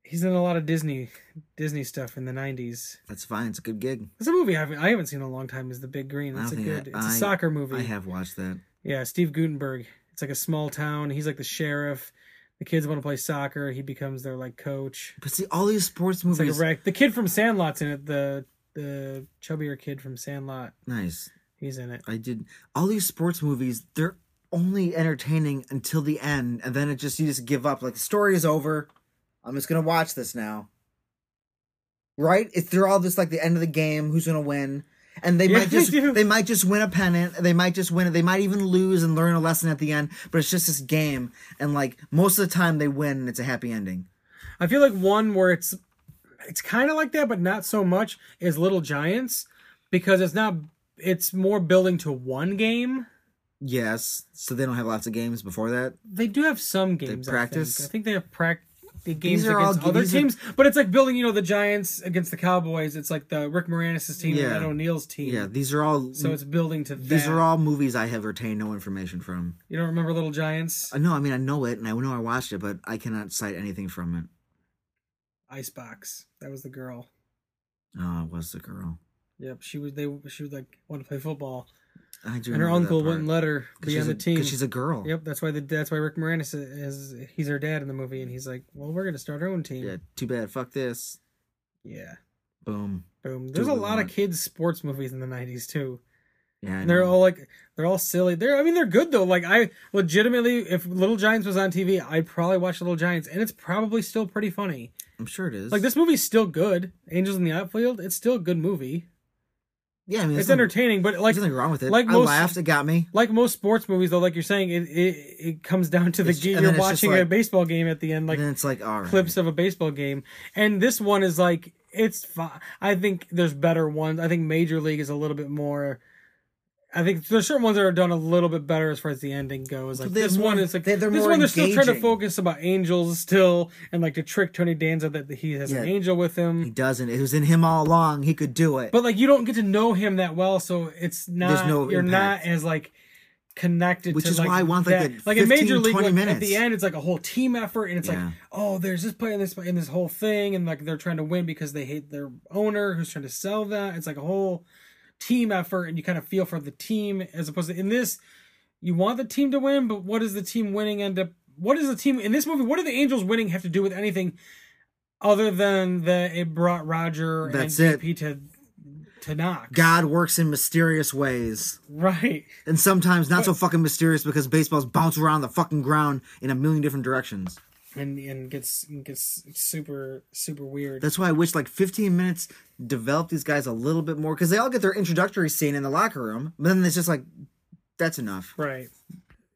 A: He's in a lot of Disney Disney stuff in the '90s.
B: That's fine. It's a good gig.
A: It's a movie I haven't, I haven't seen in a long time. Is The Big Green?
B: I
A: It's a
B: don't think
A: good.
B: I-
A: it's a
B: I-
A: soccer movie.
B: I have watched that.
A: Yeah, Steve Gutenberg. It's like a small town. He's like the sheriff. The kids want to play soccer. He becomes their like coach.
B: But see, all these sports
A: It's like a
B: movies.
A: wreck. The kid from Sandlot's in it. The the chubbier kid from Sandlot.
B: nice.
A: He's in it.
B: I did all these sports movies. They're only entertaining until the end, and then it just you just give up. Like the story is over. I'm just gonna watch this now. Right? It's through all this like the end of the game. Who's gonna win? And they
A: Yeah,
B: might just
A: they do.
B: they might just win a pennant. They might just win it. They might even lose and learn a lesson at the end. But it's just this game, and like most of the time they win, and it's a happy ending.
A: I feel like one where it's it's kind of like that, but not so much is Little Giants because it's not. It's more building to one game.
B: Yes. So they don't have lots of games before that.
A: They do have some games. I think. I
B: practice?
A: think, they have practice. The games
B: are all
A: against
B: g-
A: other
B: these are-
A: teams, but it's like building, you know, the Giants against the Cowboys. It's like the Rick Moranis' team and
B: Yeah.
A: Ed O'Neill's team.
B: Yeah. These are all.
A: So it's building to
B: these
A: that.
B: are all movies I have retained no information from.
A: You don't remember Little Giants?
B: Uh, No, I mean I know it, and I know I watched it, but I cannot cite anything from it.
A: Icebox. That was the girl.
B: Oh, it was the girl.
A: Yep, she was. They she was like want to play football,
B: I do.
A: and her
B: remember that
A: uncle
B: part.
A: wouldn't let her
B: 'Cause
A: be
B: she's
A: on
B: a-
A: the team.
B: because she's a girl.
A: Yep, that's why the that's why Rick Moranis is he's her dad in the movie, and he's like, "Well, we're gonna start our own team."
B: Yeah. Too bad. Fuck this.
A: Yeah.
B: Boom.
A: Boom. There's a
B: what we
A: lot of
B: want.
A: kids sports movies in the '90s too.
B: Yeah. I
A: And they're
B: know.
A: all like, they're all silly. They're, I mean, they're good though. Like I legitimately, if Little Giants was on TV, I'd probably watch Little Giants, and it's probably still pretty funny.
B: I'm sure it is.
A: Like this movie's still good. Angels in the Outfield. It's still a good movie.
B: Yeah. I mean,
A: It's
B: there's no-
A: entertaining, but like
B: There's nothing wrong with it.
A: like
B: I
A: most-
B: laughed. It got me.
A: like most sports movies though, like you're saying, it it, it comes down to the
B: It's-
A: game.
B: and
A: You're
B: then it's just
A: watching a
B: like-
A: baseball game at the end, like
B: and then it's like all right.
A: clips of a baseball game, and this one is like it's. Fi- I think there's better ones. I think Major League is a little bit more. I think there's certain ones that are done a little bit better as far as the ending goes. Like
B: they have
A: this one
B: more-
A: is like
B: they-
A: this
B: they're
A: one
B: more
A: they're still trying to
B: engaging.
A: focus about angels still and like to trick Tony Danza that he has an
B: Yeah.
A: angel with
B: He
A: him.
B: doesn't. It was in him all along. He could do it.
A: But like you don't get to know him that well, so it's not
B: no
A: you're
B: impact.
A: not as like connected
B: Which
A: to
B: is
A: like
B: why I want, like,
A: that.
B: a
A: like in major
B: 15,
A: league like,
B: 20
A: at
B: minutes.
A: the end it's like a whole team effort and it's
B: Yeah.
A: like oh there's this play and this play and this whole thing and like they're trying to win because they hate their owner who's trying to sell that it's like a whole team effort and you kind of feel for the team as opposed to in this you want the team to win but what does the team winning end up what is the team in this movie what do the angels winning have to do with anything other than that it brought roger
B: That's
A: and
B: it.
A: DP to to knock
B: God works in mysterious ways.
A: right
B: And sometimes not so fucking mysterious because baseballs bounce around the fucking ground in a million different directions.
A: and and gets and gets super super weird
B: That's why I wish like 15 minutes develop these guys a little bit more because they all get their introductory scene in the locker room, but then it's just like, that's enough.
A: Right.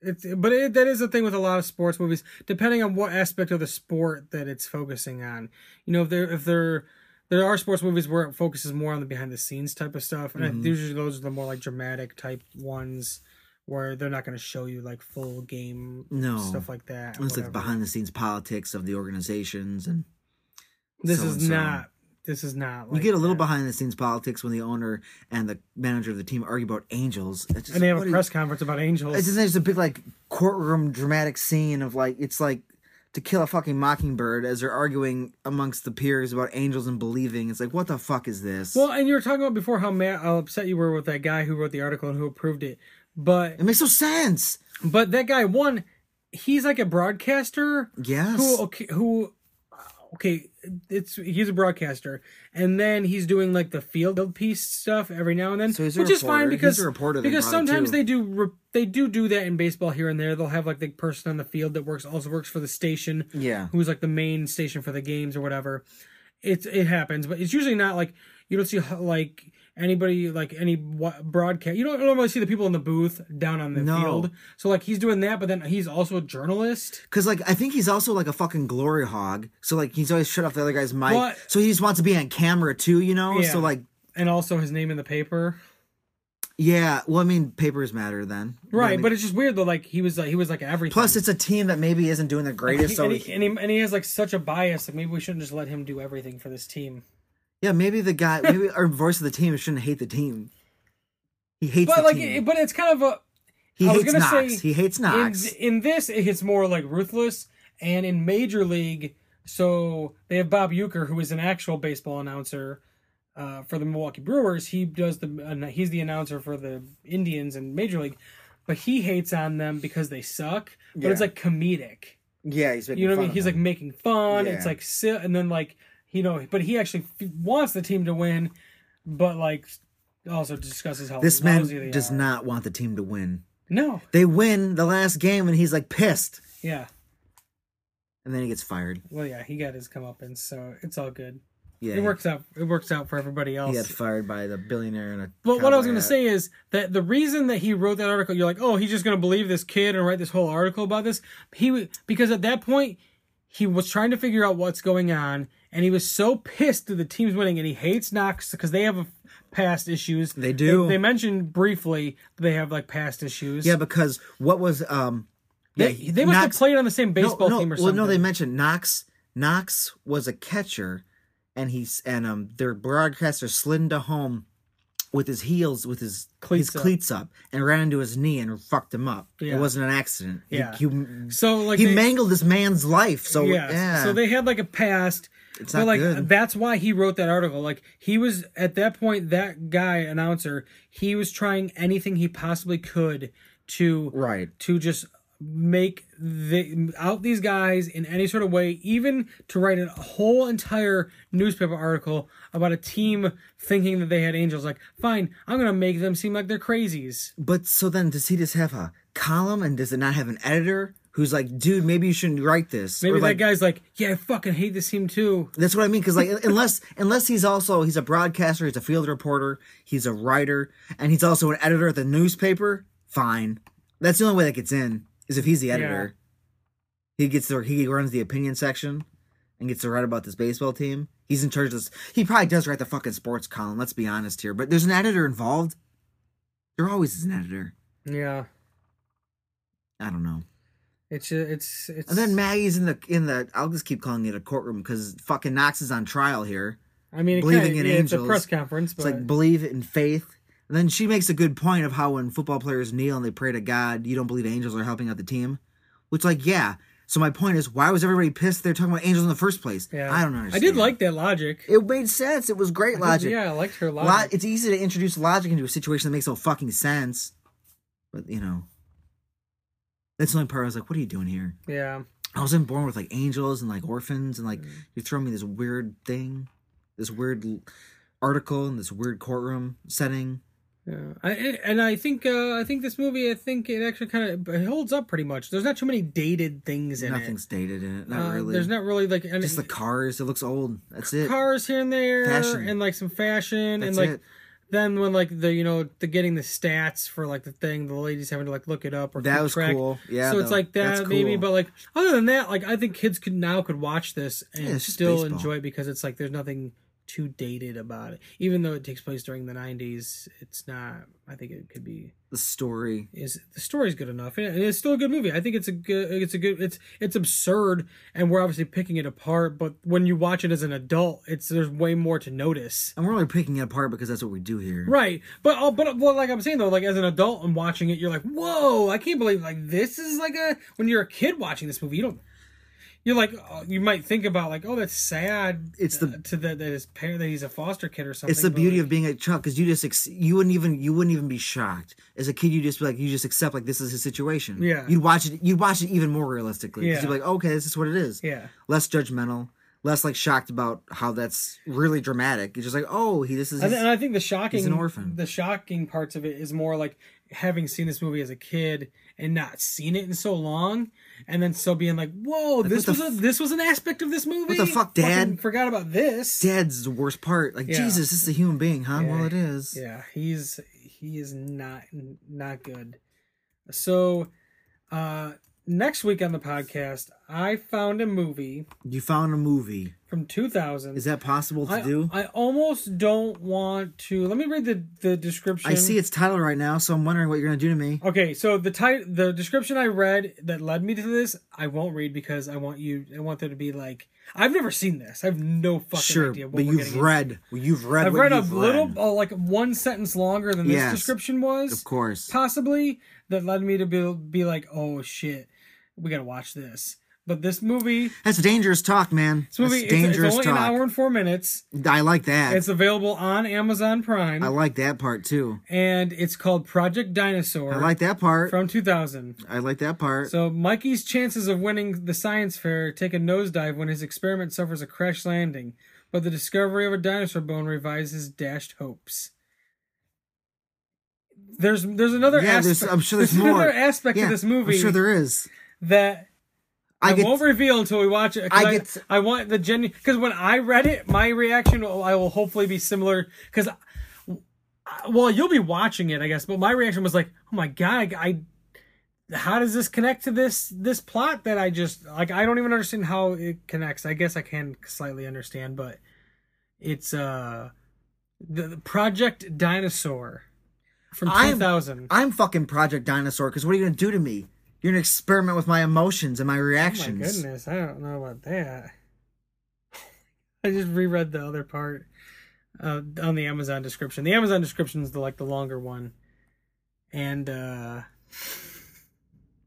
A: It's, but it, that is the thing with a lot of sports movies. Depending on what aspect of the sport that it's focusing on, you know, if there if there there are sports movies where it focuses more on the behind the scenes type of stuff, and I-
B: Mm-hmm.
A: usually those are the more like dramatic type ones where they're not going to show you like full game
B: No.
A: stuff like that.
B: It's like
A: whatever.
B: behind the scenes politics of the organizations. And
A: This
B: so and
A: is
B: so.
A: not. This is not.
B: you
A: Like
B: get a little
A: that.
B: behind the scenes politics when the owner and the manager of the team argue about angels. It's just,
A: And they have
B: what
A: a
B: do you-
A: press conference about angels.
B: It's just, there's a big like courtroom dramatic scene of like it's like to kill a fucking mockingbird as they're arguing amongst the peers about angels and believing. It's like what the fuck is this?
A: well, and you were talking about before how mad, how upset you were with that guy who wrote the article and who approved it, but
B: it makes no sense.
A: But that guy, one, he's like a broadcaster
B: Yes.
A: who okay, who okay, it's he's a broadcaster, and then he's doing like the field piece stuff every now and then,
B: So he's a
A: which is fine
B: reporter.
A: because
B: He's a reporter then
A: because
B: probably,
A: sometimes
B: too.
A: they do re- they do do that in baseball here and there. They'll have like the person on the field that works also works for the station,
B: Yeah.
A: who's like the main station for the games or whatever. It's it happens, but it's usually not like you don't see h- like anybody like any wa- broadcast. You don't normally see the people in the booth down on the
B: No.
A: field. So like he's doing that, but then he's also a journalist.
B: Cause like I think he's also like a fucking glory hog. So like he's always shut off the other guy's mic.
A: What?
B: So he just wants to be on camera too, you know?
A: Yeah.
B: So like
A: And also his name in the paper,
B: yeah, well I mean papers matter then. You know what I
A: right?
B: mean?
A: But it's just weird though. Like he was like he was like everything.
B: plus it's a team that maybe isn't doing the
A: He-
B: greatest. So
A: and,
B: he-
A: he, and, he, and he has like such a bias that maybe we shouldn't just let him do everything for this team.
B: yeah, maybe the guy maybe our voice of the team shouldn't hate the team. He hates
A: But
B: the
A: like,
B: team.
A: it- but it's kind of a
B: he
A: I was
B: hates
A: gonna
B: Knox.
A: say,
B: he hates
A: in,
B: Knox.
A: in this it's more like ruthless and in major league so they have bob euchre who is an actual baseball announcer uh, for the milwaukee brewers he does the uh, he's the announcer for the indians in major league but he hates on them because they suck but it's
B: Yeah.
A: like comedic
B: yeah, he's making
A: you know what
B: fun
A: i mean
B: of
A: he's
B: him.
A: like making fun
B: Yeah.
A: it's like si- and then like you know but he actually f- wants the team to win but like also discusses how
B: this
A: lousy they
B: man does
A: are.
B: not want the team to win.
A: no
B: They win the last game and he's like pissed.
A: yeah
B: And then he gets fired.
A: Well, yeah, he got his comeuppance, so it's all good.
B: Yeah.
A: It works out. It works out for everybody
B: He got
A: else.
B: fired by the billionaire and a
A: But what I was
B: cowboy
A: going to
B: hat.
A: say is that the reason that he wrote that article, you're like, oh, he's just going to believe this kid and write this whole article about this. He w- because at that point he was trying to figure out what's going on, and he was so pissed that the team's winning, and he hates Knox because they have a past issues.
B: They do.
A: They, mentioned briefly that they have like past issues.
B: Yeah, because what was um
A: they,
B: yeah,
A: they must
B: Knox-
A: have played on the same baseball
B: no, no,
A: team or
B: well,
A: something.
B: no, they mentioned Knox. Knox was a catcher, and he's and um their broadcaster slid into home with his heels with his
A: Cleats
B: his
A: up.
B: cleats up and ran into his knee and fucked him up.
A: Yeah.
B: It wasn't an accident. He-
A: Yeah.
B: He,
A: so like
B: he
A: they-
B: mangled this man's life. So
A: yeah.
B: Oh, yeah.
A: So they had like a past.
B: It's
A: but
B: not
A: like
B: good.
A: that's why he wrote that article. Like he was at that point, that guy announcer, he was trying anything he possibly could to
B: Right.
A: to just make the out these guys in any sort of way, even to write a whole entire newspaper article about a team thinking that they had angels. Like, fine, I'm gonna make them seem like they're crazies.
B: But so then, does he just have a column, and does it not have an editor who's like, dude, maybe you shouldn't write this?
A: Maybe
B: or
A: that
B: like,
A: guy's like, yeah, I fucking hate this team too.
B: That's what I mean. Because like, unless unless he's also he's a broadcaster, he's a field reporter, he's a writer, and he's also an editor at the newspaper. Fine, that's the only way that gets in is if he's the editor. He gets the he runs the opinion section, and gets to write about this baseball team. He's in charge of this. He probably does write the fucking sports column. Let's be honest here, but there's an editor involved. There always is an editor.
A: Yeah,
B: I don't know.
A: it's it's it's.
B: And then Maggie's in the in the. I'll just keep calling it a courtroom because fucking Knox is on trial here.
A: I mean, it
B: believing
A: kinda,
B: in
A: yeah, It's a
B: angels.
A: press conference, but
B: It's like believe in faith. And then she makes a good point of how when football players kneel and they pray to God, you don't believe angels are helping out the team. Which, like, yeah. So my point is, why was everybody pissed? They're talking about angels in the first place.
A: yeah.
B: I don't understand.
A: I did like that logic.
B: It made sense. It was great logic.
A: Yeah, I liked her
B: Lo-
A: logic.
B: it's easy to introduce logic into a situation that makes no fucking sense. But you know, that's the only part I was like, "What are you doing here?"
A: Yeah,
B: I wasn't born with like angels and like orphans and like
A: Mm.
B: you throw me this weird thing, this weird l- article in this weird courtroom setting.
A: yeah. I, and I think uh, I think this movie, I think it actually kind of holds up pretty much. There's not too many dated things in
B: Nothing's dated in it,
A: it.
B: not
A: Uh,
B: really.
A: There's not really like any,
B: just the cars. It looks old. That's it.
A: cars here and there,
B: Fashion.
A: and like some fashion,
B: That's
A: and like
B: it.
A: then when like the you know the getting the stats for like the thing, the ladies having to like look it up or
B: That
A: keep
B: was
A: track.
B: cool. Yeah,
A: so it's
B: though.
A: like that
B: That's
A: maybe,
B: cool.
A: but like other than that, like I think kids could now could watch this and
B: it's just
A: still
B: baseball.
A: enjoy it because it's like there's nothing too dated about it. Even though it takes place during the '90s, it's not. I think it could be
B: The story.
A: is the story's good enough and it's still a good movie i think it's a good it's a good it's it's absurd and we're obviously picking it apart but when you watch it as an adult it's there's way more to notice
B: And we're only picking it apart because that's what we do here.
A: right but oh but well, like i'm saying though like as an adult and watching it you're like whoa i can't believe like this is like a when you're a kid watching this movie you don't you're like oh, you might think about like oh that's sad
B: It's the-
A: uh, to the, that his parent that he's a foster kid or something
B: It's the
A: but,
B: beauty
A: like,
B: of being a child because you just ex- you wouldn't even you wouldn't even be shocked as a kid. You just be like you just accept like this is his situation.
A: Yeah.
B: You'd watch it. You'd watch it even more realistically. 'cause
A: Yeah.
B: You'd be like, okay, this is what it is.
A: yeah
B: less judgmental, less like shocked about how that's really dramatic. It's just like, oh, he this is
A: And, uh,
B: his-
A: and I think the shocking,
B: an orphan.
A: the shocking parts of it is more like having seen this movie as a kid and not seen it in so long, and then still being like, "Whoa, this was
B: what the
A: a this was an aspect of this movie."
B: the fuck,
A: Fucking
B: Dad?
A: forgot about this.
B: dad's the worst part. Like
A: Yeah.
B: Jesus, this is a human being, huh? Well, it is.
A: Yeah, he's he is not not good. So, uh, next week on the podcast, I found a movie
B: You found a movie.
A: from 2000.
B: Is that possible to
A: I,
B: do?
A: I almost don't want to. Let me read the the description.
B: I see its title right now, so I'm wondering what you're gonna do to me.
A: Okay, so the title, the description I read that led me to this, I won't read because I want you. I want there to be like, I've never seen this. I have no fucking
B: sure,
A: idea.
B: but
A: we're
B: you've
A: getting
B: read. Well, you've read.
A: into. I've
B: what
A: read a
B: you've
A: little,
B: read.
A: uh, like one sentence longer than this
B: Yes,
A: description was.
B: Of course.
A: possibly that led me to be, be like, oh shit, we gotta watch this. But this movie,
B: That's dangerous talk, man.
A: this movie,
B: That's
A: it's, it's
B: dangerous
A: only an hour and four minutes.
B: talk. I like that.
A: It's available on Amazon Prime,
B: I like that part too.
A: and it's called Project Dinosaur
B: I like that part.
A: from 2000.
B: I like that part.
A: So Mikey's chances of winning the science fair take a nosedive when his experiment suffers a crash landing, but the discovery of a dinosaur bone revives his dashed hopes. There's there's another
B: yeah,
A: aspect,
B: there's, I'm sure there's, more.
A: another aspect
B: Yeah,
A: to this movie
B: I'm sure there is.
A: that I,
B: I get
A: won't reveal until we watch it. 'cause
B: I
A: I,
B: get-
A: I want the genuine because when I read it, my reaction will, I will hopefully be similar because well, you'll be watching it, I guess. But my reaction was like, oh my god, I, I- how does this connect to this this plot that I just like? I don't even understand how it connects. I guess I can slightly understand, but it's uh the, the Project Dinosaur from
B: I'm-
A: 2000.
B: I'm fucking Project Dinosaur because what are you gonna do to me? You're gonna experiment with my emotions and
A: Oh
B: my
A: my
B: reactions.
A: goodness, I don't know about that. I just reread the other part uh, on the Amazon description. The Amazon description is the like the longer one, and uh,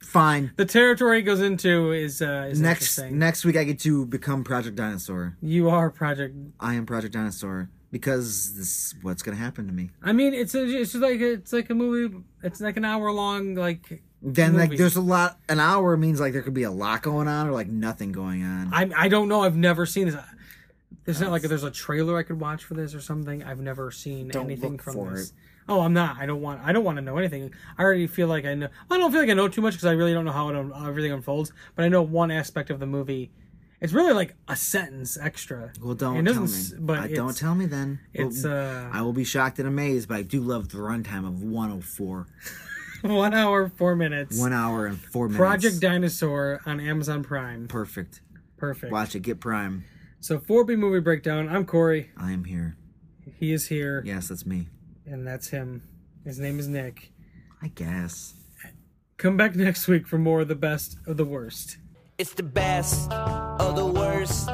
B: Fine.
A: the territory it goes into is uh, is
B: Next
A: interesting.
B: next week I get to become Project Dinosaur.
A: you are Project.
B: I am Project Dinosaur because this is what's gonna happen to me.
A: I mean, it's a, it's just like a, it's like a movie. It's like an hour long. Like
B: Then like
A: Movie.
B: there's a lot. An hour means like there could be a lot going on or like nothing going on.
A: I I don't know. I've never seen this. There's not like there's a trailer I could watch for this or something. I've never seen
B: Don't
A: anything
B: look
A: from
B: for
A: this.
B: it.
A: Oh, I'm not. I don't want. I don't want to know anything. I already feel like I know. I don't feel like I know too much because I really don't know how it un- everything unfolds. But I know one aspect of the movie. It's really like a sentence extra.
B: well, don't
A: It
B: tell
A: doesn't
B: me.
A: s- But
B: I
A: it's,
B: don't tell me then.
A: It's
B: Well,
A: uh,
B: I will be shocked and amazed, but I do love the runtime of 104,
A: one hour four minutes.
B: one hour and four minutes.
A: Project Dinosaur on Amazon Prime.
B: Perfect.
A: Perfect.
B: Watch it. Get Prime.
A: So 4B movie breakdown. I'm Corey.
B: I am here.
A: He is here,
B: Yes, that's me.
A: and that's him. His name is Nick.
B: I guess.
A: Come back next week for more of the best of the worst.
D: It's the best of the worst.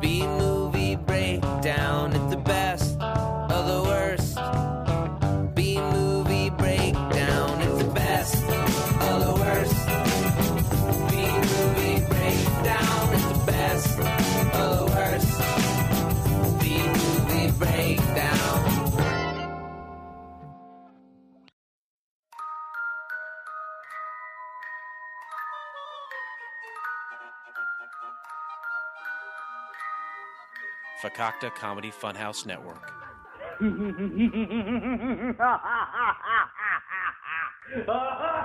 D: B movie breakdown. It's the best of the worst. B movie breakdown. It's the best of the worst. B movie breakdown. It's the best of the worst. B movie breakdown.
C: Fakakta Comedy Funhouse Network.
F: ha ha ha ha ha ha